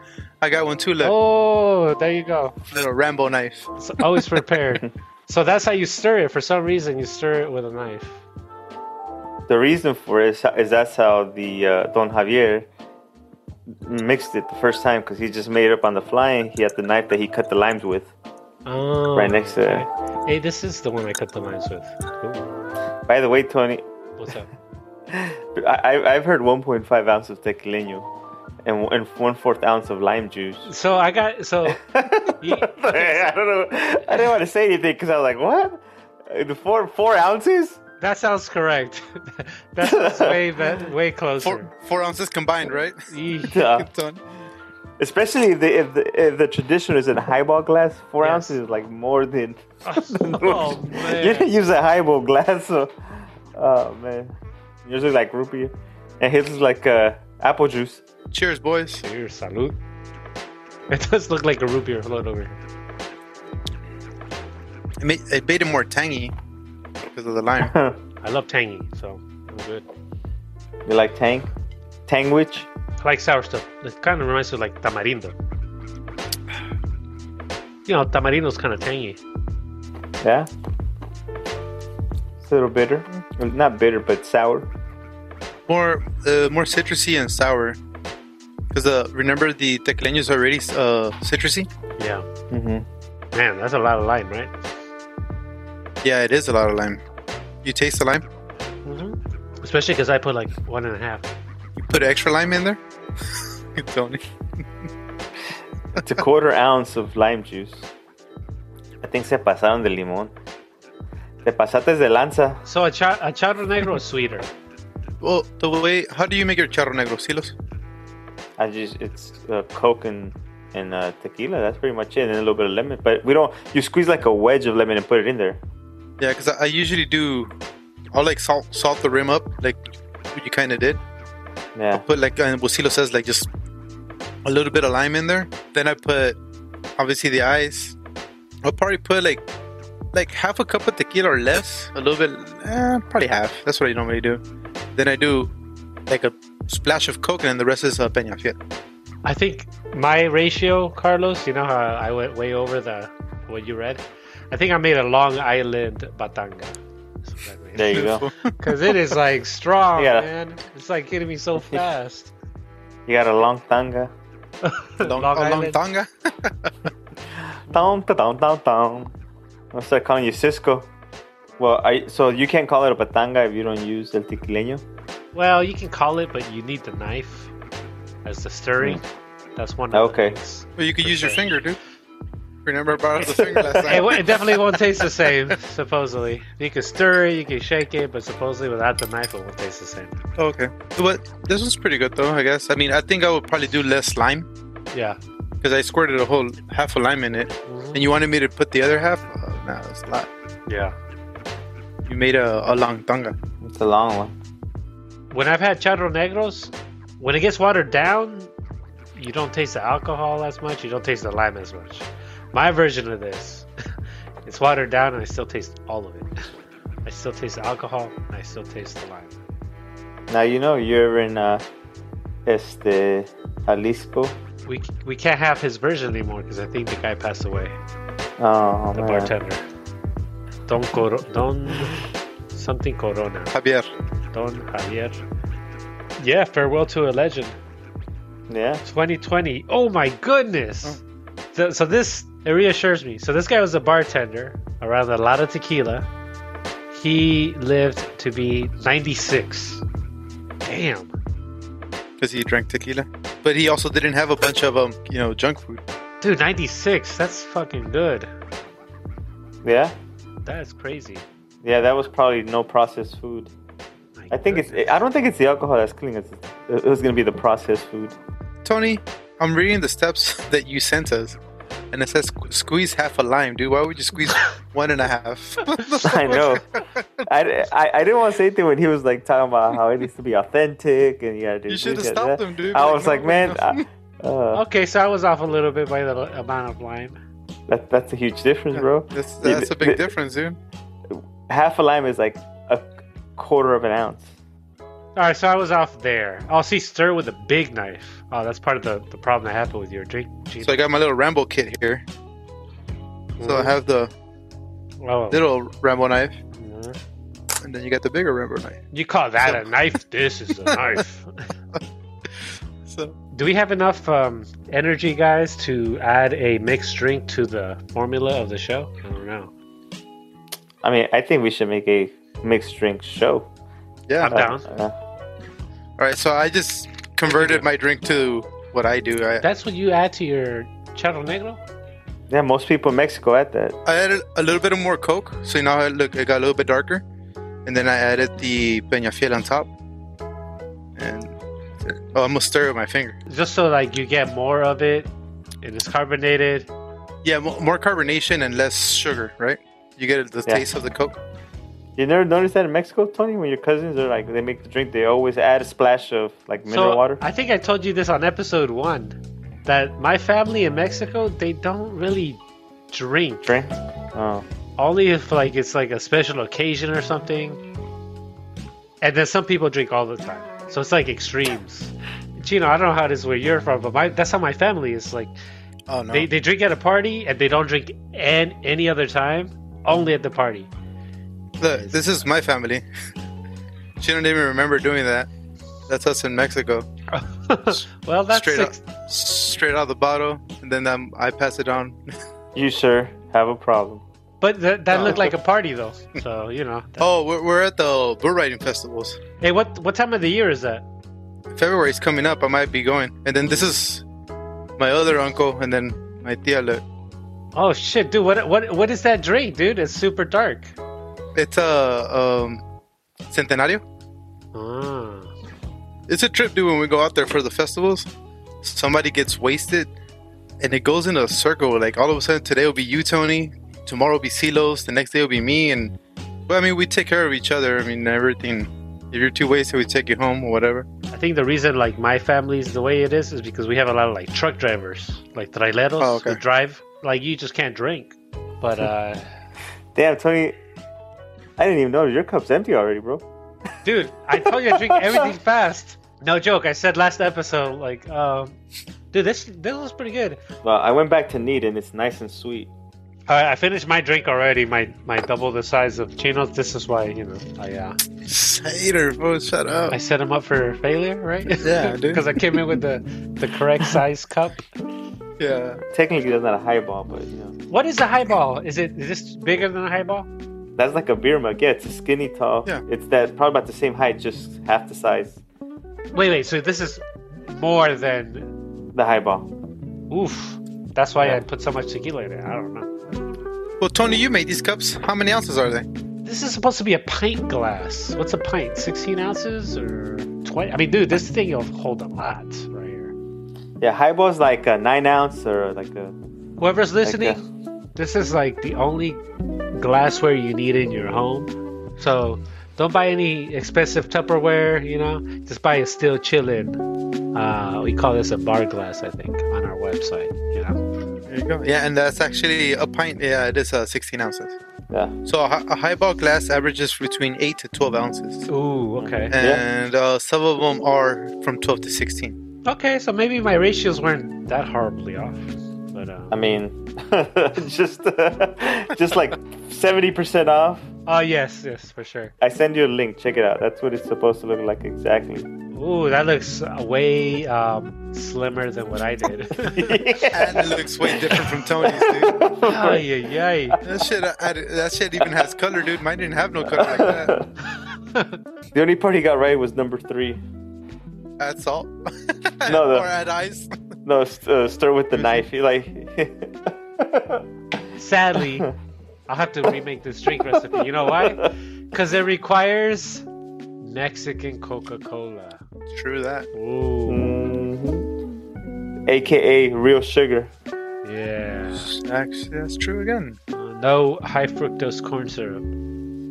[SPEAKER 3] I got one too. Look,
[SPEAKER 1] Oh, there you go.
[SPEAKER 3] little Rambo knife.
[SPEAKER 1] It's
[SPEAKER 3] (laughs)
[SPEAKER 1] always prepared. so that's how you stir it. For some reason, you stir it with a knife.
[SPEAKER 2] The reason for it is, is that's how the uh, Don Javier mixed it the first time because he just made it up on the fly. and He had the knife that he cut the limes with.
[SPEAKER 1] Oh,
[SPEAKER 2] Right next to it.
[SPEAKER 1] okay. Oh. Hey, this is the one I cut the lines with. Ooh,
[SPEAKER 2] By the way, Tony,
[SPEAKER 1] what's up?
[SPEAKER 2] I, I, I've heard 1.5 ounces of tequileño and, and one fourth ounce of lime juice. (laughs)
[SPEAKER 1] So I got so
[SPEAKER 2] I don't know. I didn't want to say anything because I was like, "What? Uh, The four four ounces?
[SPEAKER 1] that sounds correct. (laughs) That's, that's way bet, way
[SPEAKER 3] Four,
[SPEAKER 1] closer.
[SPEAKER 3] four ounces combined, right?
[SPEAKER 1] Eesh.
[SPEAKER 3] (laughs)
[SPEAKER 2] Yeah.
[SPEAKER 3] Good ton.
[SPEAKER 2] Especially if the if the, if the tradition is in highball glass, four
[SPEAKER 1] Yes.
[SPEAKER 2] ounces is like more than.
[SPEAKER 1] oh
[SPEAKER 2] (laughs) You
[SPEAKER 1] man!
[SPEAKER 2] didn't use a highball glass, so oh man, yours is like rupee, and his is like uh, apple juice. (laughs)
[SPEAKER 3] Cheers, boys.
[SPEAKER 1] Here, salute. It does look like a root beer float over here.
[SPEAKER 3] It made, it made it more tangy because of the lime.
[SPEAKER 1] I love tangy, so I'm good.
[SPEAKER 2] You like tang, tangwich?
[SPEAKER 1] I like sour stuff. It kind of reminds me of like tamarindo. You know, tamarindo's kind of tangy.
[SPEAKER 2] Yeah. It's a little bitter, not bitter, but sour.
[SPEAKER 3] More, uh, more citrusy and sour. Because uh, remember the tequileño is already uh, citrusy.
[SPEAKER 1] Yeah,
[SPEAKER 2] Mm-hmm.
[SPEAKER 1] man, that's a lot of lime, right?
[SPEAKER 3] Yeah, it is a lot of lime. You taste the lime?
[SPEAKER 1] Mm-hmm. Especially because I put like one and a half.
[SPEAKER 3] You put extra lime in there? (laughs) Tony.
[SPEAKER 2] It's a quarter ounce of lime juice. I think se pasaron de limón. Te pasaste de lanza.
[SPEAKER 1] So a, cha- a charro negro is sweeter.
[SPEAKER 3] Well, the way how do you make your charro negro, Silos?
[SPEAKER 2] I just it's uh, coke and and uh, tequila. That's pretty much it, and a little bit of lemon. But we don't. You squeeze like a wedge of lemon and put it in there.
[SPEAKER 3] Yeah, because I, I usually do. I'll like salt salt the rim up, like what you kind of did.
[SPEAKER 2] Yeah,
[SPEAKER 3] Put like and what Silo says, like just a little bit of lime in there. Then I put obviously the ice. I'll probably put like like half a cup of tequila or less, a little bit, eh, probably half. That's what I normally do. Then I do like a splash of coke, and then the rest is uh, peña fiel.
[SPEAKER 1] I think my ratio, Carlos. You know how I went way over the what you read. I think I made a Long Island batanga.
[SPEAKER 2] there you go.
[SPEAKER 1] Because it is like strong,
[SPEAKER 2] Yeah.
[SPEAKER 1] man. It's like hitting me
[SPEAKER 2] (laughs)
[SPEAKER 1] so fast.
[SPEAKER 2] You got a long tanga.
[SPEAKER 3] (laughs)
[SPEAKER 1] Long
[SPEAKER 3] Long, a long
[SPEAKER 1] Island.
[SPEAKER 3] tanga.
[SPEAKER 2] Down, down, down, down. I'll start calling you Cisco. Well, I, so you can't call it a patanga if you don't use el tequileño.
[SPEAKER 1] Well, you can call it, but you need the knife as the stirring. That's one. Of
[SPEAKER 2] Hmm. Okay.
[SPEAKER 1] The
[SPEAKER 3] Well, you could use your
[SPEAKER 1] sure.
[SPEAKER 3] finger, dude. Remember I brought up the finger last
[SPEAKER 1] it,
[SPEAKER 3] time.
[SPEAKER 1] it definitely won't taste the same, (laughs) supposedly. You can stir it, you can shake it, but supposedly without the knife, it won't taste the same.
[SPEAKER 3] Oh, okay. But this was pretty good, though, I guess. I mean, I think I would probably do less lime
[SPEAKER 1] Yeah.
[SPEAKER 3] because I squirted a whole half a lime in it. And you wanted me to put the other half? Oh, no, it's a lot.
[SPEAKER 1] Yeah.
[SPEAKER 3] You made a, a long tanga.
[SPEAKER 2] It's a long one.
[SPEAKER 1] When I've had charro negros, when it gets watered down, you don't taste the alcohol as much, you don't taste the lime as much. My version of this, (laughs) it's watered down and I still taste all of it. I still taste the alcohol and I still taste the lime.
[SPEAKER 2] Now you know you're in uh, este Jalisco.
[SPEAKER 1] We, we can't have his version anymore because I think the guy passed away.
[SPEAKER 2] Oh
[SPEAKER 1] The
[SPEAKER 2] man.
[SPEAKER 1] bartender. Don Coro Don something Corona.
[SPEAKER 3] Javier.
[SPEAKER 1] Don Javier. Yeah, farewell to a legend.
[SPEAKER 2] Yeah.
[SPEAKER 1] 2020. Oh my
[SPEAKER 2] Oh.
[SPEAKER 1] goodness. So, so this it reassures me. So this guy was a bartender around a lot of tequila. He lived to be 96. Damn.
[SPEAKER 3] because he drank tequila. But he also didn't have a bunch of um, you know, junk food.
[SPEAKER 1] Dude, 96. That's fucking good.
[SPEAKER 2] Yeah.
[SPEAKER 1] That is crazy.
[SPEAKER 2] Yeah. That was probably no processed food.
[SPEAKER 1] My
[SPEAKER 2] I think it's.
[SPEAKER 1] goodness.
[SPEAKER 2] I don't think it's the alcohol that's killing us. It was gonna be the processed food.
[SPEAKER 3] Tony, I'm reading the steps (laughs) that you sent us, and it says squ- squeeze half a lime, dude. Why would you (laughs) squeeze one and a half?
[SPEAKER 2] (laughs)
[SPEAKER 3] (laughs)
[SPEAKER 2] I know. I, I, I didn't want to say anything when he was like talking about how it needs to be authentic and you gotta do.
[SPEAKER 3] You
[SPEAKER 2] this,
[SPEAKER 3] should have
[SPEAKER 2] gotta do
[SPEAKER 3] stopped
[SPEAKER 2] that.
[SPEAKER 3] him, dude.
[SPEAKER 2] I was
[SPEAKER 3] no,
[SPEAKER 2] like, man,
[SPEAKER 3] no.
[SPEAKER 2] I,
[SPEAKER 3] (laughs)
[SPEAKER 2] uh,
[SPEAKER 1] Okay, so I was off a little bit by the l- amount of lime.
[SPEAKER 2] that, that's a huge difference, bro.
[SPEAKER 3] that's that's a big difference, dude.
[SPEAKER 2] Half a lime is like a quarter of an ounce.
[SPEAKER 1] All right, so I was off there. Oh, see, stir with a big knife. Oh, that's part of the, the problem that happened with your drink. Gene.
[SPEAKER 3] So I got my little Rambo kit here. So I have the
[SPEAKER 1] Oh.
[SPEAKER 3] little Rambo knife,
[SPEAKER 1] Mhm.
[SPEAKER 3] and then you got the bigger Rambo knife.
[SPEAKER 1] You call that a knife? This is a
[SPEAKER 3] (laughs)
[SPEAKER 1] knife.
[SPEAKER 3] So
[SPEAKER 1] Do we have enough um, energy, guys, to add a mixed drink to the formula of the show? I don't know.
[SPEAKER 2] I mean, I think we should make a mixed drink show.
[SPEAKER 3] yeah.
[SPEAKER 1] I'm down.
[SPEAKER 2] Uh,
[SPEAKER 3] All right. So I just converted my drink to what I do. I,
[SPEAKER 1] That's what you add to your charro negro.
[SPEAKER 2] yeah, most people in Mexico at that.
[SPEAKER 3] I added a little bit of more Coke, so you know how it look it got a little bit darker, and then I added the Peña Fiel on top, and oh, I'm gonna stir with my finger.
[SPEAKER 1] Just so like you get more of it, and it's carbonated.
[SPEAKER 3] Yeah, mo- more carbonation and less sugar, right? You get the
[SPEAKER 2] Yeah.
[SPEAKER 3] taste of the Coke.
[SPEAKER 2] You never noticed that in Mexico, Tony? When your cousins are like, they make the drink, they always add a splash of like mineral
[SPEAKER 1] so
[SPEAKER 2] water.
[SPEAKER 1] I think I told you this on episode one that my family in Mexico they don't really drink.
[SPEAKER 2] Drink? Oh.
[SPEAKER 1] only if like it's like a special occasion or something. And then some people drink all the time, so it's like extremes. Gino, I don't know how it is where you're from, but my, that's how my family is. Like
[SPEAKER 3] Oh no!
[SPEAKER 1] they, they drink at a party and they don't drink and any other time, only at the party.
[SPEAKER 3] Look, this is my family. (laughs) she don't even remember doing that. That's us in Mexico.
[SPEAKER 1] (laughs) well, that's
[SPEAKER 3] Straight
[SPEAKER 1] ex-
[SPEAKER 3] Straight out of the bottle, and then um, I pass it on.
[SPEAKER 2] You, sir, have a problem.
[SPEAKER 1] but th- that
[SPEAKER 3] Oh.
[SPEAKER 1] looked like a party
[SPEAKER 3] (laughs)
[SPEAKER 1] though. So you know. that-
[SPEAKER 3] Oh, we're, we're at the bull riding festivals.
[SPEAKER 1] Hey, what what time of the year is that?
[SPEAKER 3] February's coming up. I might be going. And then this is my other uncle, and then my tia. Look,
[SPEAKER 1] Oh shit, dude! What what what is that drink, dude? It's super dark.
[SPEAKER 3] it's a um, centenario.
[SPEAKER 1] Ah.
[SPEAKER 3] It's a trip, dude. When we go out there for the festivals, somebody gets wasted, and it goes in a circle. Like all of a sudden, today will be you, Tony. Tomorrow will be Silos. The next day will be me. And well, I mean, we take care of each other. I mean, everything. If you're too wasted, we take you home or whatever.
[SPEAKER 1] I think the reason like my family's the way it is is because we have a lot of like truck drivers, like traileros
[SPEAKER 3] Oh, okay.
[SPEAKER 1] who drive. Like you just can't drink.
[SPEAKER 3] (laughs)
[SPEAKER 1] But uh
[SPEAKER 2] Damn, Tony, I didn't even notice your cup's empty already, bro.
[SPEAKER 1] dude, I told you I drink
[SPEAKER 3] (laughs)
[SPEAKER 1] everything fast. No joke, I said last episode, like, um dude, this this was pretty good.
[SPEAKER 2] Well, I went back to Need and it's nice and sweet.
[SPEAKER 1] Alright, I finished my drink already, my my double the size of Chino's. This is why, you know, I uh
[SPEAKER 3] Hater, bro, shut up.
[SPEAKER 1] I set him up for failure, right? (laughs)
[SPEAKER 3] Yeah, dude.
[SPEAKER 1] Because I came in with the the correct size cup.
[SPEAKER 3] Yeah.
[SPEAKER 2] Technically, that's not a highball, but you know,
[SPEAKER 1] What is a highball? Is it is this bigger than a highball?
[SPEAKER 2] that's like a beer mug. Yeah, it's a skinny tall.
[SPEAKER 3] Yeah.
[SPEAKER 2] It's that probably about the same height, just half the size.
[SPEAKER 1] Wait, wait. So this is more than
[SPEAKER 2] the highball.
[SPEAKER 1] Oof. That's why
[SPEAKER 2] Yeah.
[SPEAKER 1] I put so much tequila in it. I don't know.
[SPEAKER 3] Well, Tony, you made these cups. How many ounces are they?
[SPEAKER 1] This is supposed to be a pint glass. What's a pint? 16 ounces or 20? I mean, dude, this thing will hold a lot right here.
[SPEAKER 2] Yeah, highball's like a nine ounce or like a
[SPEAKER 1] Whoever's listening, this is like the only glassware you need in your home. So don't buy any expensive Tupperware, you know? Just buy a steel chillin. Uh, we call this a bar glass, I think, on our website, you know?
[SPEAKER 3] There you go. Yeah, and that's actually a pint. Yeah, it is uh, 16 ounces.
[SPEAKER 2] yeah.
[SPEAKER 3] So a, hi- a highball glass averages between 8 to 12 ounces.
[SPEAKER 1] Ooh, okay.
[SPEAKER 3] And uh, some of them are from 12 to 16.
[SPEAKER 1] Okay, so maybe my ratios weren't that horribly off. But, um,
[SPEAKER 2] I mean, (laughs) just (laughs) just like seventy percent off.
[SPEAKER 1] oh, yes, yes, for sure.
[SPEAKER 2] I send you a link. Check it out. That's what it's supposed to look like exactly.
[SPEAKER 1] Ooh, that looks uh, way um, slimmer than what I did.
[SPEAKER 3] (laughs)
[SPEAKER 1] (laughs)
[SPEAKER 3] And it looks way different from Tony's,
[SPEAKER 2] (laughs)
[SPEAKER 3] dude.
[SPEAKER 1] ay, ay, ay.
[SPEAKER 3] That shit, I, I- that shit even has color, dude. Mine didn't have no color like that.
[SPEAKER 2] (laughs) The only part he got right was number three.
[SPEAKER 3] Add salt.
[SPEAKER 2] (laughs) No, the-
[SPEAKER 3] or add ice. (laughs)
[SPEAKER 2] No, st- uh, stir with the knife. He like, (laughs)
[SPEAKER 1] Sadly, I'll have to remake this drink recipe. You know why? Because it requires Mexican Coca Cola.
[SPEAKER 3] True that.
[SPEAKER 1] Ooh,
[SPEAKER 2] Mhm. AKA real sugar.
[SPEAKER 1] yeah.
[SPEAKER 3] Actually, that's true again.
[SPEAKER 1] Uh, no high fructose corn syrup.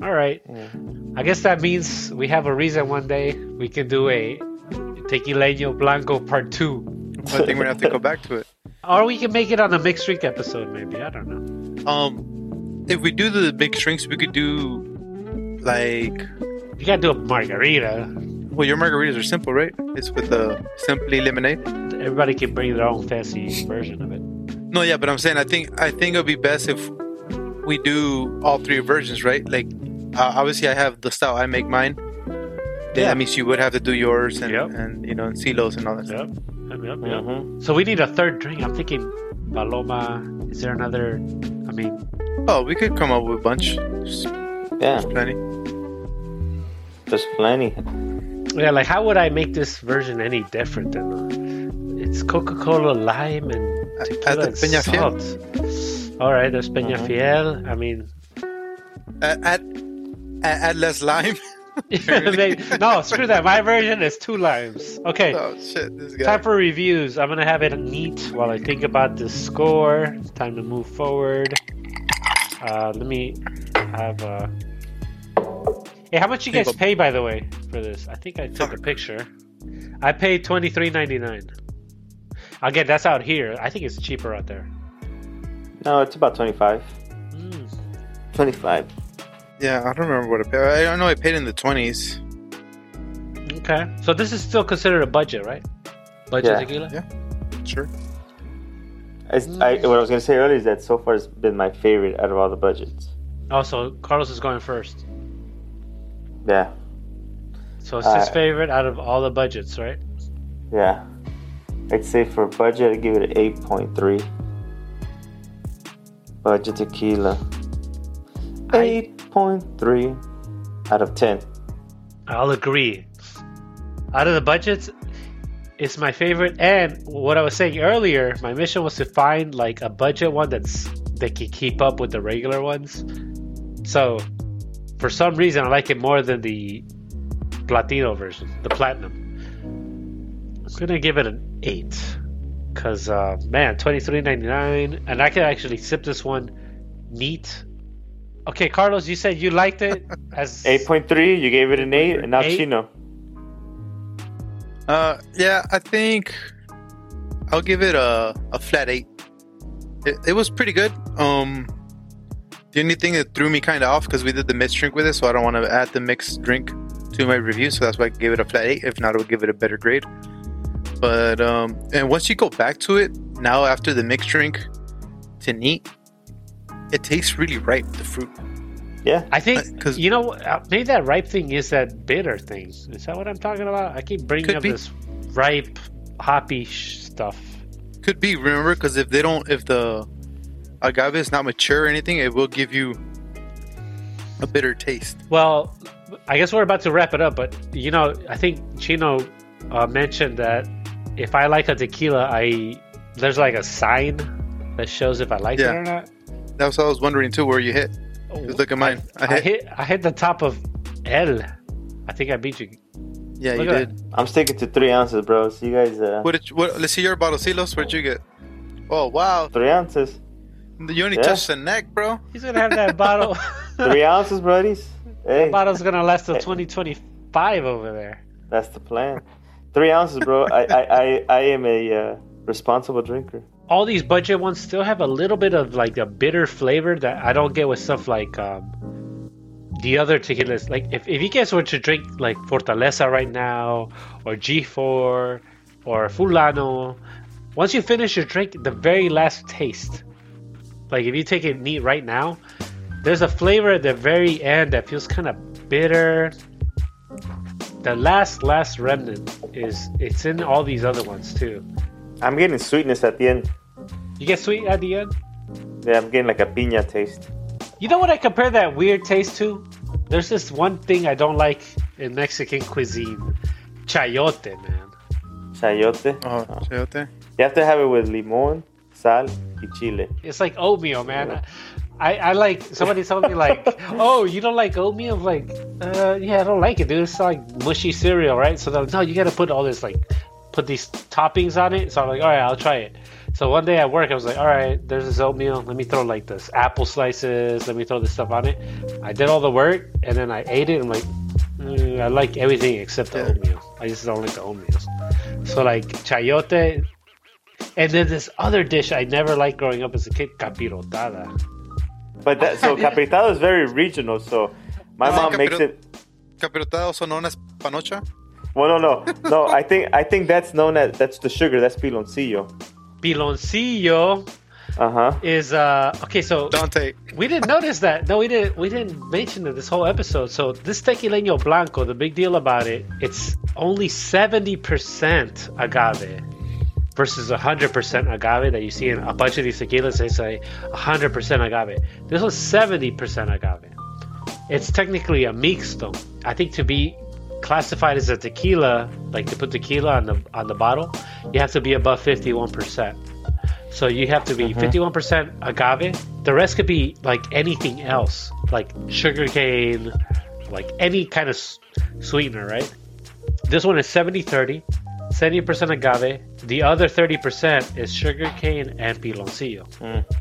[SPEAKER 1] All right. I guess that means we have a reason one day we can do a Tequileño Blanco Part 2.
[SPEAKER 3] I think we're gonna have to go back to it.
[SPEAKER 1] Or we can make it on a mixed drink episode, maybe. I don't know.
[SPEAKER 3] Um, if we do the big shrinks, we could do like
[SPEAKER 1] You gotta do a margarita.
[SPEAKER 3] well, your margaritas are simple, right? It's with uh, simply lemonade.
[SPEAKER 1] Everybody can bring their own fancy version of it.
[SPEAKER 3] No, yeah, but I'm saying I think I think it'll be best if we do all three versions, right? Like, uh, obviously, I have the style I make mine. Yeah.
[SPEAKER 1] Yeah.
[SPEAKER 3] That means you would have to do yours and,
[SPEAKER 1] Yep.
[SPEAKER 3] and you know and silos and all that. stuff.
[SPEAKER 1] Yep. Yep, yep, yep.
[SPEAKER 2] Mhm.
[SPEAKER 1] So we need a third drink. I'm thinking Paloma. Is there another? I mean,
[SPEAKER 3] Oh, we could come up with a bunch. There's
[SPEAKER 2] Yeah,
[SPEAKER 3] plenty.
[SPEAKER 2] there's plenty.
[SPEAKER 1] yeah, like how would I make this version any different than uh, it's Coca Cola, lime, and
[SPEAKER 3] Add
[SPEAKER 1] tequila
[SPEAKER 3] the
[SPEAKER 1] and
[SPEAKER 3] Peña Fiel. Uh-huh.
[SPEAKER 1] salt. All right, there's Peña Fiel. I mean, (laughs)
[SPEAKER 3] Add, add, add less lime. (laughs)
[SPEAKER 1] they, no, screw that. My version is two limes. Okay.
[SPEAKER 3] Oh shit, this guy.
[SPEAKER 1] Time for reviews. I'm gonna have it neat while I think about this score. Time to move forward. Uh, let me have. Uh... Hey, how much you guys
[SPEAKER 3] Think
[SPEAKER 1] pay by the way for this? I think I took a picture. I paid twenty three ninety nine. Again, that's out here. I think it's cheaper out there.
[SPEAKER 2] No, it's about 25.
[SPEAKER 1] Mm.
[SPEAKER 2] 25.
[SPEAKER 3] Yeah, I don't remember what I paid. I don't know I paid in the twenties.
[SPEAKER 1] Okay, so this is still considered a budget, right? Budget
[SPEAKER 2] Yeah.
[SPEAKER 1] tequila.
[SPEAKER 3] Sure.
[SPEAKER 2] It's, I, what I was gonna say earlier is that so far it's been my favorite out of all the budgets.
[SPEAKER 1] Oh, so Carlos is going first.
[SPEAKER 2] Yeah,
[SPEAKER 1] So it's his
[SPEAKER 2] Uh,
[SPEAKER 1] favorite out of all the budgets, right?
[SPEAKER 2] yeah. I'd say for budget, I'd give it an 8.3. Budget tequila. 8.3 out of 10.
[SPEAKER 1] I'll agree. Out of the budgets, it's my favorite. And what I was saying earlier, my mission was to find like a budget one that's that can keep up with the regular ones. So, for some reason, I like it more than the Platino version, the Platinum. I'm gonna give it an eight, cause uh, man, twenty three ninety nine, and I could actually sip this one neat. Okay, Carlos, you said you liked it as
[SPEAKER 2] 8.3, you gave it an 8, and now
[SPEAKER 1] Eight?
[SPEAKER 2] Chino.
[SPEAKER 3] Uh, yeah, I think I'll give it a, a flat eight. It, it was pretty good. Um, the only thing that threw me kind of off because we did the mixed drink with it, so I don't want to add the mixed drink to my review, so that's why I gave it a flat eight. If not, I would give it a better grade. But um, and once you go back to it now after the mixed drink to neat, it tastes really ripe. The fruit.
[SPEAKER 2] Yeah,
[SPEAKER 1] I
[SPEAKER 3] Uh,
[SPEAKER 1] think
[SPEAKER 3] 'cause-
[SPEAKER 1] you know uh, maybe that ripe thing is that bitter thing. Is that what I'm talking about? I keep bringing
[SPEAKER 3] Could
[SPEAKER 1] up
[SPEAKER 3] be.
[SPEAKER 1] this ripe hoppy sh- stuff.
[SPEAKER 3] Could be remember because if they don't, if the agave is not mature or anything, it will give you a bitter taste.
[SPEAKER 1] Well, I guess we're about to wrap it up, but you know, I think Chino uh, mentioned that if I like a tequila, I there's like a sign that shows if I like it
[SPEAKER 3] Yeah.
[SPEAKER 1] or not.
[SPEAKER 3] That's what I was wondering too, where you hit. 'Cause look at mine. I,
[SPEAKER 1] I
[SPEAKER 3] hit.
[SPEAKER 1] hit I hit the top of L. I think I beat you.
[SPEAKER 3] Yeah, you
[SPEAKER 1] look at
[SPEAKER 3] did.
[SPEAKER 2] I'm sticking to three ounces, bro. So you guys, uh,
[SPEAKER 3] What did you, what, let's see your bottle, Silos. What did you get? Oh wow,
[SPEAKER 2] three ounces,
[SPEAKER 3] you only
[SPEAKER 2] Yeah.
[SPEAKER 3] touched the neck, bro.
[SPEAKER 1] He's gonna have that bottle.
[SPEAKER 2] three ounces,
[SPEAKER 3] (laughs)
[SPEAKER 2] buddies. Hey,
[SPEAKER 1] (laughs) bottle's gonna last till 2025 over there.
[SPEAKER 2] that's the plan. Three ounces, bro. I, I, I, I am a uh, responsible drinker.
[SPEAKER 1] All these budget ones still have a little bit of like a bitter flavor that I don't get with stuff like um, the other tequilas. Like if, if you guys were to drink like Fortaleza right now or G4 or Fulano, once you finish your drink, the very last taste, like if you take it neat right now, there's a flavor at the very end that feels kind of bitter. The last last remnant is it's in all these other ones too.
[SPEAKER 2] I'm getting sweetness at the end.
[SPEAKER 1] You get sweet at the end.
[SPEAKER 2] Yeah, I'm getting like a piña taste.
[SPEAKER 1] You know what I compare that weird taste to? There's this one thing I don't like in Mexican cuisine, chayote, man.
[SPEAKER 2] Chayote. Uh,
[SPEAKER 3] Oh, chayote.
[SPEAKER 2] You have to have it with limon, sal, y chile.
[SPEAKER 1] It's like oatmeal, man. I, I like somebody told me like, oh, you don't like oatmeal? I'm like, uh, yeah, I don't like it, dude. It's like mushy cereal, right? So they're like, no, you gotta put all this like, put these toppings on it. So I'm like, all right, I'll try it. So one day at work, I was like, all right, there's this oatmeal. Let me throw like this apple slices. Let me throw this stuff on it. I did all the work and then I ate it. I'm like, mm, I like everything except the
[SPEAKER 3] Yeah.
[SPEAKER 1] oatmeal. I just don't like the oatmeals. So like chayote, and then this other dish I never liked growing up as a kid, capirotada.
[SPEAKER 2] But that,
[SPEAKER 3] (laughs)
[SPEAKER 2] so capitado is very regional. So my
[SPEAKER 3] Is it
[SPEAKER 2] mom makes
[SPEAKER 3] capiro-
[SPEAKER 2] it.
[SPEAKER 3] Capirotada, also known as panocha.
[SPEAKER 2] Well, no,
[SPEAKER 3] (laughs)
[SPEAKER 2] no, no. I think I think that's known as that's the sugar. That's piloncillo.
[SPEAKER 1] Piloncillo
[SPEAKER 2] Uh huh.
[SPEAKER 1] is uh okay. So
[SPEAKER 3] Dante.
[SPEAKER 1] we didn't notice that. No, we didn't. We didn't mention it this whole episode. So this tequileño blanco, the big deal about it, it's only seventy percent agave versus hundred percent agave that you see in a bunch of these tequilas. They say hundred percent agave. This was seventy percent agave. It's technically a mixto. I think to be classified as a tequila, like to put tequila on the on the bottle, you have to be above fifty one percent. So you have to be fifty-one percent agave. The rest could be like anything else, like sugarcane, like any kind of s- sweetener, right? This one is 70-30, 70 percent agave. The other thirty percent is sugarcane and piloncillo.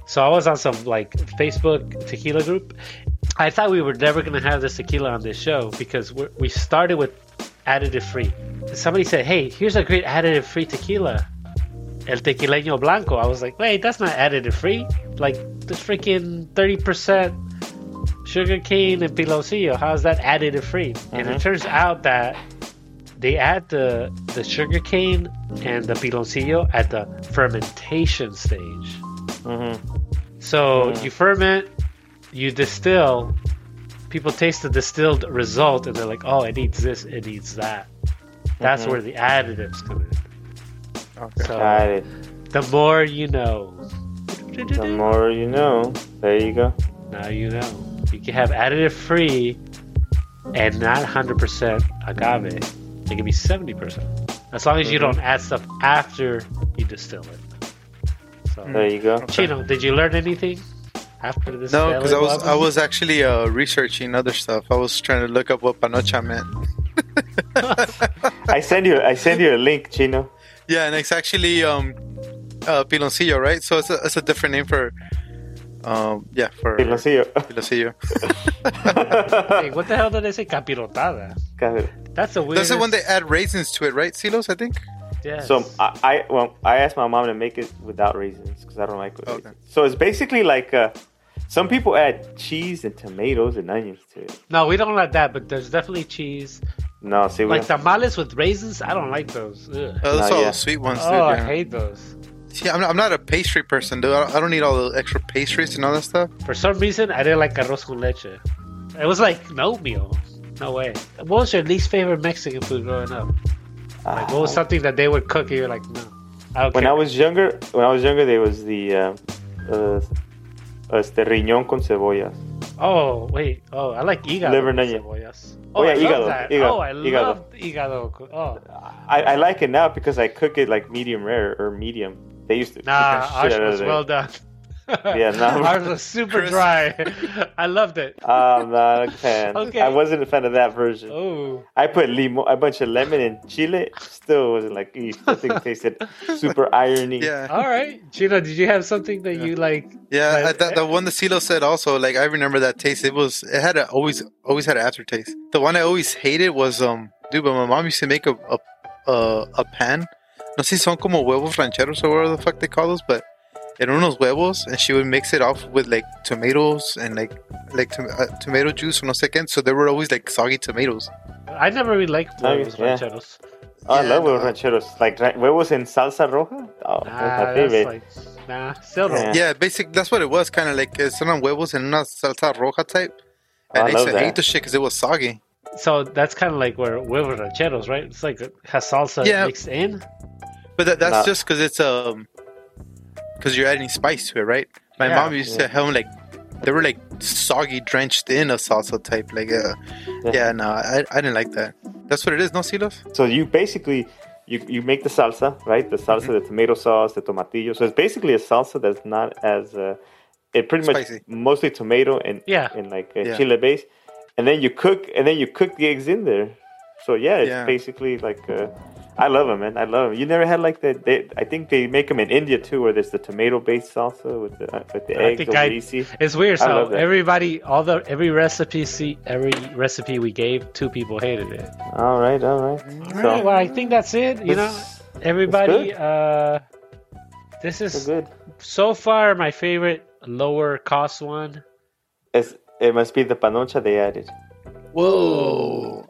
[SPEAKER 1] So I was on some like Facebook tequila group. I thought we were never gonna have this tequila on this show because we're, we started with additive free. Somebody said, "Hey, here's a great additive free tequila." El Tequileño Blanco. I was like, wait, that's not additive free. Like, the freaking 30% sugar cane and piloncillo. How is that additive free? And it turns out that they add the, the sugar cane and the piloncillo at the fermentation stage.
[SPEAKER 3] Mm-hmm.
[SPEAKER 1] So you ferment, you distill. People taste the distilled result and they're like, oh, it needs this, it needs that. That's where the additives come in.
[SPEAKER 3] Okay.
[SPEAKER 1] So,
[SPEAKER 2] Got it.
[SPEAKER 1] the more you know.
[SPEAKER 2] The more you know. There you go.
[SPEAKER 1] Now you know. You can have additive free and not 100% agave. It can be 70%. As long as you
[SPEAKER 2] Mm-hmm.
[SPEAKER 1] don't add stuff after you distill it. So,
[SPEAKER 2] There
[SPEAKER 1] (laughs)
[SPEAKER 2] you go.
[SPEAKER 1] Chino, did you learn anything after this?
[SPEAKER 3] No, because
[SPEAKER 1] valuable
[SPEAKER 3] I was I
[SPEAKER 1] episode?
[SPEAKER 3] was actually uh, researching other stuff. I was trying to look up what panocha meant. (laughs)
[SPEAKER 2] I send you. I send you a link, Chino.
[SPEAKER 3] Yeah, and it's actually um, uh, piloncillo, right? So it's a, it's a different name for, um, yeah, for
[SPEAKER 2] Piloncillo.
[SPEAKER 3] piloncillo.
[SPEAKER 2] (laughs)
[SPEAKER 3] (laughs)
[SPEAKER 1] Hey, what the hell did I say? Capirotada.
[SPEAKER 2] Got it.
[SPEAKER 1] That's a weird.
[SPEAKER 3] That's the one they add raisins to it, right? Silos, I think.
[SPEAKER 1] Yes.
[SPEAKER 2] So I, I well, I asked my mom to make it without raisins because I don't like raisins.
[SPEAKER 3] Okay.
[SPEAKER 2] So it's basically like uh, some people add cheese and tomatoes and onions to it.
[SPEAKER 1] no, we don't like that, but there's definitely cheese.
[SPEAKER 2] No, see, we
[SPEAKER 1] Like tamales with raisins, I don't like those. Ugh.
[SPEAKER 3] Uh, those
[SPEAKER 2] Nah,
[SPEAKER 3] are
[SPEAKER 2] yeah.
[SPEAKER 3] all sweet ones, dude.
[SPEAKER 1] Oh, I
[SPEAKER 3] yeah.
[SPEAKER 1] hate those.
[SPEAKER 3] See, I'm not, I'm not a pastry person, dude. I don't, I don't need all the extra pastries and all that stuff.
[SPEAKER 1] For some reason, I didn't like arroz con leche. It was like no meal. No way. What was your least favorite Mexican food growing up? Like, what was something that they would cook and you're like, no. Ah, I don't
[SPEAKER 2] Ah. when
[SPEAKER 1] care.
[SPEAKER 2] I was younger, when I was younger, there was the uh, uh, este riñón con cebollas.
[SPEAKER 1] Oh wait. Oh, I like hígado.
[SPEAKER 2] Liver
[SPEAKER 1] con
[SPEAKER 2] and onion.
[SPEAKER 1] cebollas.
[SPEAKER 2] Oh, yeah,
[SPEAKER 1] I love
[SPEAKER 2] hígado,
[SPEAKER 1] that.
[SPEAKER 2] hígado,
[SPEAKER 1] Oh, I
[SPEAKER 2] hígado.
[SPEAKER 1] love hígado. co-
[SPEAKER 2] (laughs)
[SPEAKER 1] Oh,
[SPEAKER 2] I, I like it now because I cook it like medium rare or medium. They used to.
[SPEAKER 1] nah,
[SPEAKER 2] cook the
[SPEAKER 1] ours
[SPEAKER 2] shit out of
[SPEAKER 1] was
[SPEAKER 2] it.
[SPEAKER 1] well done. (laughs)
[SPEAKER 2] Yeah, nah.
[SPEAKER 1] ours was super
[SPEAKER 3] Chris.
[SPEAKER 1] dry. (laughs) I loved
[SPEAKER 2] (laughs)
[SPEAKER 1] it.
[SPEAKER 2] I'm not a fan.
[SPEAKER 1] Okay.
[SPEAKER 2] I wasn't a fan of that version.
[SPEAKER 1] Oh,
[SPEAKER 2] I put limo, a bunch of lemon and chile. Still wasn't like, eesh, that thing
[SPEAKER 1] (laughs)
[SPEAKER 2] tasted super irony.
[SPEAKER 3] Yeah,
[SPEAKER 1] all right, Gina. Did you have something that you like?
[SPEAKER 3] yeah.
[SPEAKER 1] But-
[SPEAKER 3] I, that, the one that Silo said also, like I remember that taste. It was it had a, always always had an aftertaste. The one I always hated was um, dude. But my mom used to make a a a, a pan. No sé si son como huevos rancheros or whatever the fuck they call those, but eran unos huevos, and she would mix it off with like tomatoes and like like tom- uh, tomato juice or no sé qué. So there were always like soggy tomatoes.
[SPEAKER 1] I never really liked
[SPEAKER 2] Oh,
[SPEAKER 1] huevos
[SPEAKER 2] yeah.
[SPEAKER 1] rancheros.
[SPEAKER 2] Oh, I love
[SPEAKER 3] Yeah,
[SPEAKER 2] huevos
[SPEAKER 3] no.
[SPEAKER 2] rancheros. Like ra- huevos en salsa roja. Oh,
[SPEAKER 1] Nah,
[SPEAKER 2] that's my
[SPEAKER 1] Ah, that's
[SPEAKER 2] favorite.
[SPEAKER 1] like nah. Still
[SPEAKER 2] Yeah.
[SPEAKER 1] no.
[SPEAKER 3] Yeah, basic. That's what it was. Kind of like it's on huevos and una salsa roja type.
[SPEAKER 2] Oh,
[SPEAKER 3] And
[SPEAKER 2] I
[SPEAKER 3] I used
[SPEAKER 2] love
[SPEAKER 3] to hate
[SPEAKER 2] that.
[SPEAKER 3] the shit because it was soggy.
[SPEAKER 1] So that's kind of like where huevos rancheros, right? It's like has salsa
[SPEAKER 3] Yeah.
[SPEAKER 1] mixed in.
[SPEAKER 3] But that, that's
[SPEAKER 2] Nah.
[SPEAKER 3] just because it's um, because you're adding spice to it, right? My
[SPEAKER 1] Yeah.
[SPEAKER 3] mom used
[SPEAKER 2] Yeah.
[SPEAKER 3] to have them like they were like soggy, drenched in a salsa type. Like, uh, yeah,
[SPEAKER 2] Yeah.
[SPEAKER 3] no, I, I didn't like that. That's what it is, no, Silos?
[SPEAKER 2] So you basically you you make the salsa, right? The salsa,
[SPEAKER 3] Mm-hmm.
[SPEAKER 2] the tomato sauce, the tomatillo. So it's basically a salsa that's not as uh, it pretty
[SPEAKER 3] Spicy.
[SPEAKER 2] much mostly tomato and
[SPEAKER 1] Yeah.
[SPEAKER 2] and like a
[SPEAKER 3] Yeah.
[SPEAKER 2] chile base, and then you cook and then you cook the eggs in there. So yeah, it's
[SPEAKER 3] Yeah.
[SPEAKER 2] basically like. Uh, I love them, man. I love them. You never had like that. They, I think they make them in India too, where there's the tomato-based salsa with the uh, with the
[SPEAKER 1] I
[SPEAKER 2] eggs.
[SPEAKER 1] think I-
[SPEAKER 2] greasy.
[SPEAKER 1] It's weird.
[SPEAKER 2] I
[SPEAKER 1] So
[SPEAKER 2] love that.
[SPEAKER 1] everybody, all the every recipe, see every recipe we gave, two people hated it.
[SPEAKER 2] All right, all right.
[SPEAKER 1] All right, well, I think that's it. You know,
[SPEAKER 2] This-
[SPEAKER 1] everybody.
[SPEAKER 2] good.
[SPEAKER 1] Uh, this
[SPEAKER 2] this is
[SPEAKER 1] is
[SPEAKER 2] good.
[SPEAKER 1] so far my favorite lower cost one.
[SPEAKER 2] It's, it must be the panocha they added,
[SPEAKER 3] Whoa!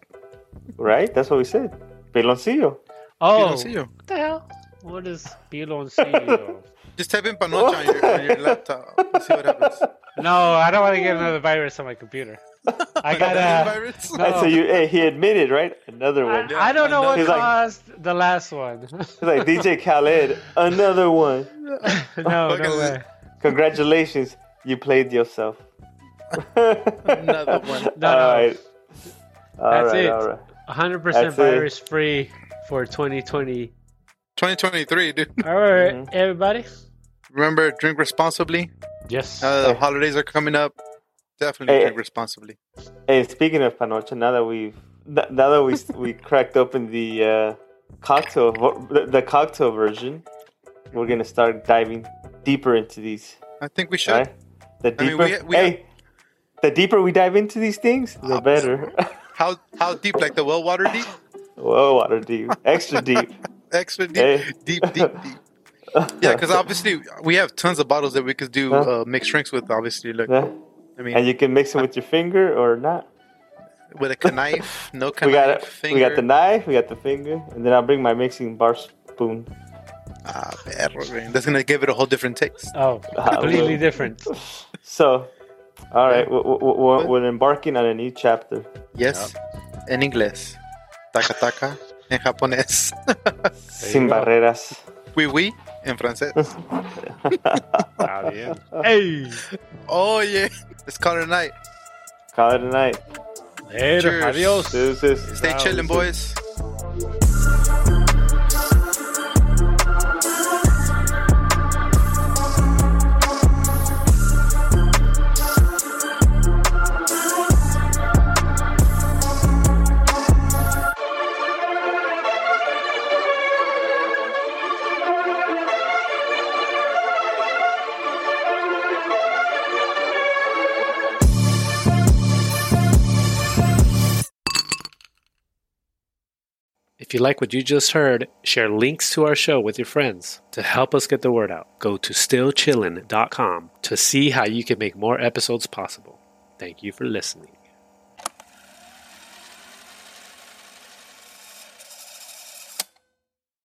[SPEAKER 2] right? That's what we said. Piloncillo.
[SPEAKER 1] Oh,
[SPEAKER 3] Silos, see you.
[SPEAKER 1] what the hell? What is piloncillo?
[SPEAKER 3] Just type in panocha on your, on your laptop. and see what
[SPEAKER 2] (laughs)
[SPEAKER 3] happens.
[SPEAKER 1] no, I don't want to get another virus on my computer. I gotta.
[SPEAKER 3] (laughs) Virus?
[SPEAKER 1] No.
[SPEAKER 2] And so you, hey, he admitted, right? Another one.
[SPEAKER 1] I, I don't know what
[SPEAKER 2] He's like-
[SPEAKER 1] caused the last one. (laughs)
[SPEAKER 2] He's like DJ Khaled, another one.
[SPEAKER 1] (laughs) no,
[SPEAKER 3] Fucking
[SPEAKER 1] no way.
[SPEAKER 2] Congratulations, you played yourself. (laughs) another
[SPEAKER 3] one.
[SPEAKER 1] No, no.
[SPEAKER 2] all right. All
[SPEAKER 1] That's
[SPEAKER 2] right,
[SPEAKER 1] it.
[SPEAKER 2] all right.
[SPEAKER 1] 100%
[SPEAKER 2] That's it.
[SPEAKER 1] virus free for 2020.
[SPEAKER 3] 2023, dude. (laughs)
[SPEAKER 1] All right,
[SPEAKER 2] Mhm.
[SPEAKER 1] everybody.
[SPEAKER 3] Remember, drink responsibly.
[SPEAKER 1] Yes.
[SPEAKER 3] Now that the holidays are coming up, definitely
[SPEAKER 2] Hey.
[SPEAKER 3] drink responsibly.
[SPEAKER 2] Hey, speaking of panocha, now that we've n- now that we we cracked open the uh, cocktail the, the cocktail version, we're gonna start diving deeper into these.
[SPEAKER 3] I think we should.
[SPEAKER 2] Right? The
[SPEAKER 3] I mean,
[SPEAKER 2] deeper,
[SPEAKER 3] we- Ah. we-
[SPEAKER 2] hey, the deeper we dive into these things, the better. (laughs)
[SPEAKER 3] How how deep? Like the well water deep?
[SPEAKER 2] Whoa, water deep, extra deep.
[SPEAKER 3] Extra deep,
[SPEAKER 2] Hey.
[SPEAKER 3] deep, deep, deep. (laughs) Yeah, because obviously we have tons of bottles that we could do
[SPEAKER 2] Huh?
[SPEAKER 3] uh, mixed drinks with. Obviously,
[SPEAKER 2] (laughs)
[SPEAKER 3] look,
[SPEAKER 2] Yeah.
[SPEAKER 3] I mean,
[SPEAKER 2] And you can mix it with your finger or not.
[SPEAKER 3] with
[SPEAKER 2] (laughs)
[SPEAKER 3] a knife, no knife,
[SPEAKER 2] We got
[SPEAKER 3] finger.
[SPEAKER 2] we got the knife, we got the finger, and then I'll bring my mixing bar spoon.
[SPEAKER 3] ah, perro, man. That's gonna give it a whole different taste.
[SPEAKER 1] Oh,
[SPEAKER 2] Ah,
[SPEAKER 1] completely
[SPEAKER 2] well.
[SPEAKER 1] different.
[SPEAKER 2] So, all right, we- we- we- we're embarking on a new chapter.
[SPEAKER 3] Yes, in English, taka taka in Japanese,
[SPEAKER 2] Sin
[SPEAKER 1] go.
[SPEAKER 2] barreras.
[SPEAKER 3] (laughs)
[SPEAKER 2] (laughs)
[SPEAKER 3] oui oui in francés.
[SPEAKER 1] Hey,
[SPEAKER 3] Oh yeah, let's call it a night.
[SPEAKER 2] Call it a night.
[SPEAKER 1] later,
[SPEAKER 3] Cheers.
[SPEAKER 1] adios.
[SPEAKER 2] Deuces.
[SPEAKER 3] Stay
[SPEAKER 1] Wow,
[SPEAKER 3] chilling, boys.
[SPEAKER 1] If you like what you just heard, share links to our show with your friends. To help us get the word out, go to stillchillin.com to see how you can make more episodes possible. Thank you for listening.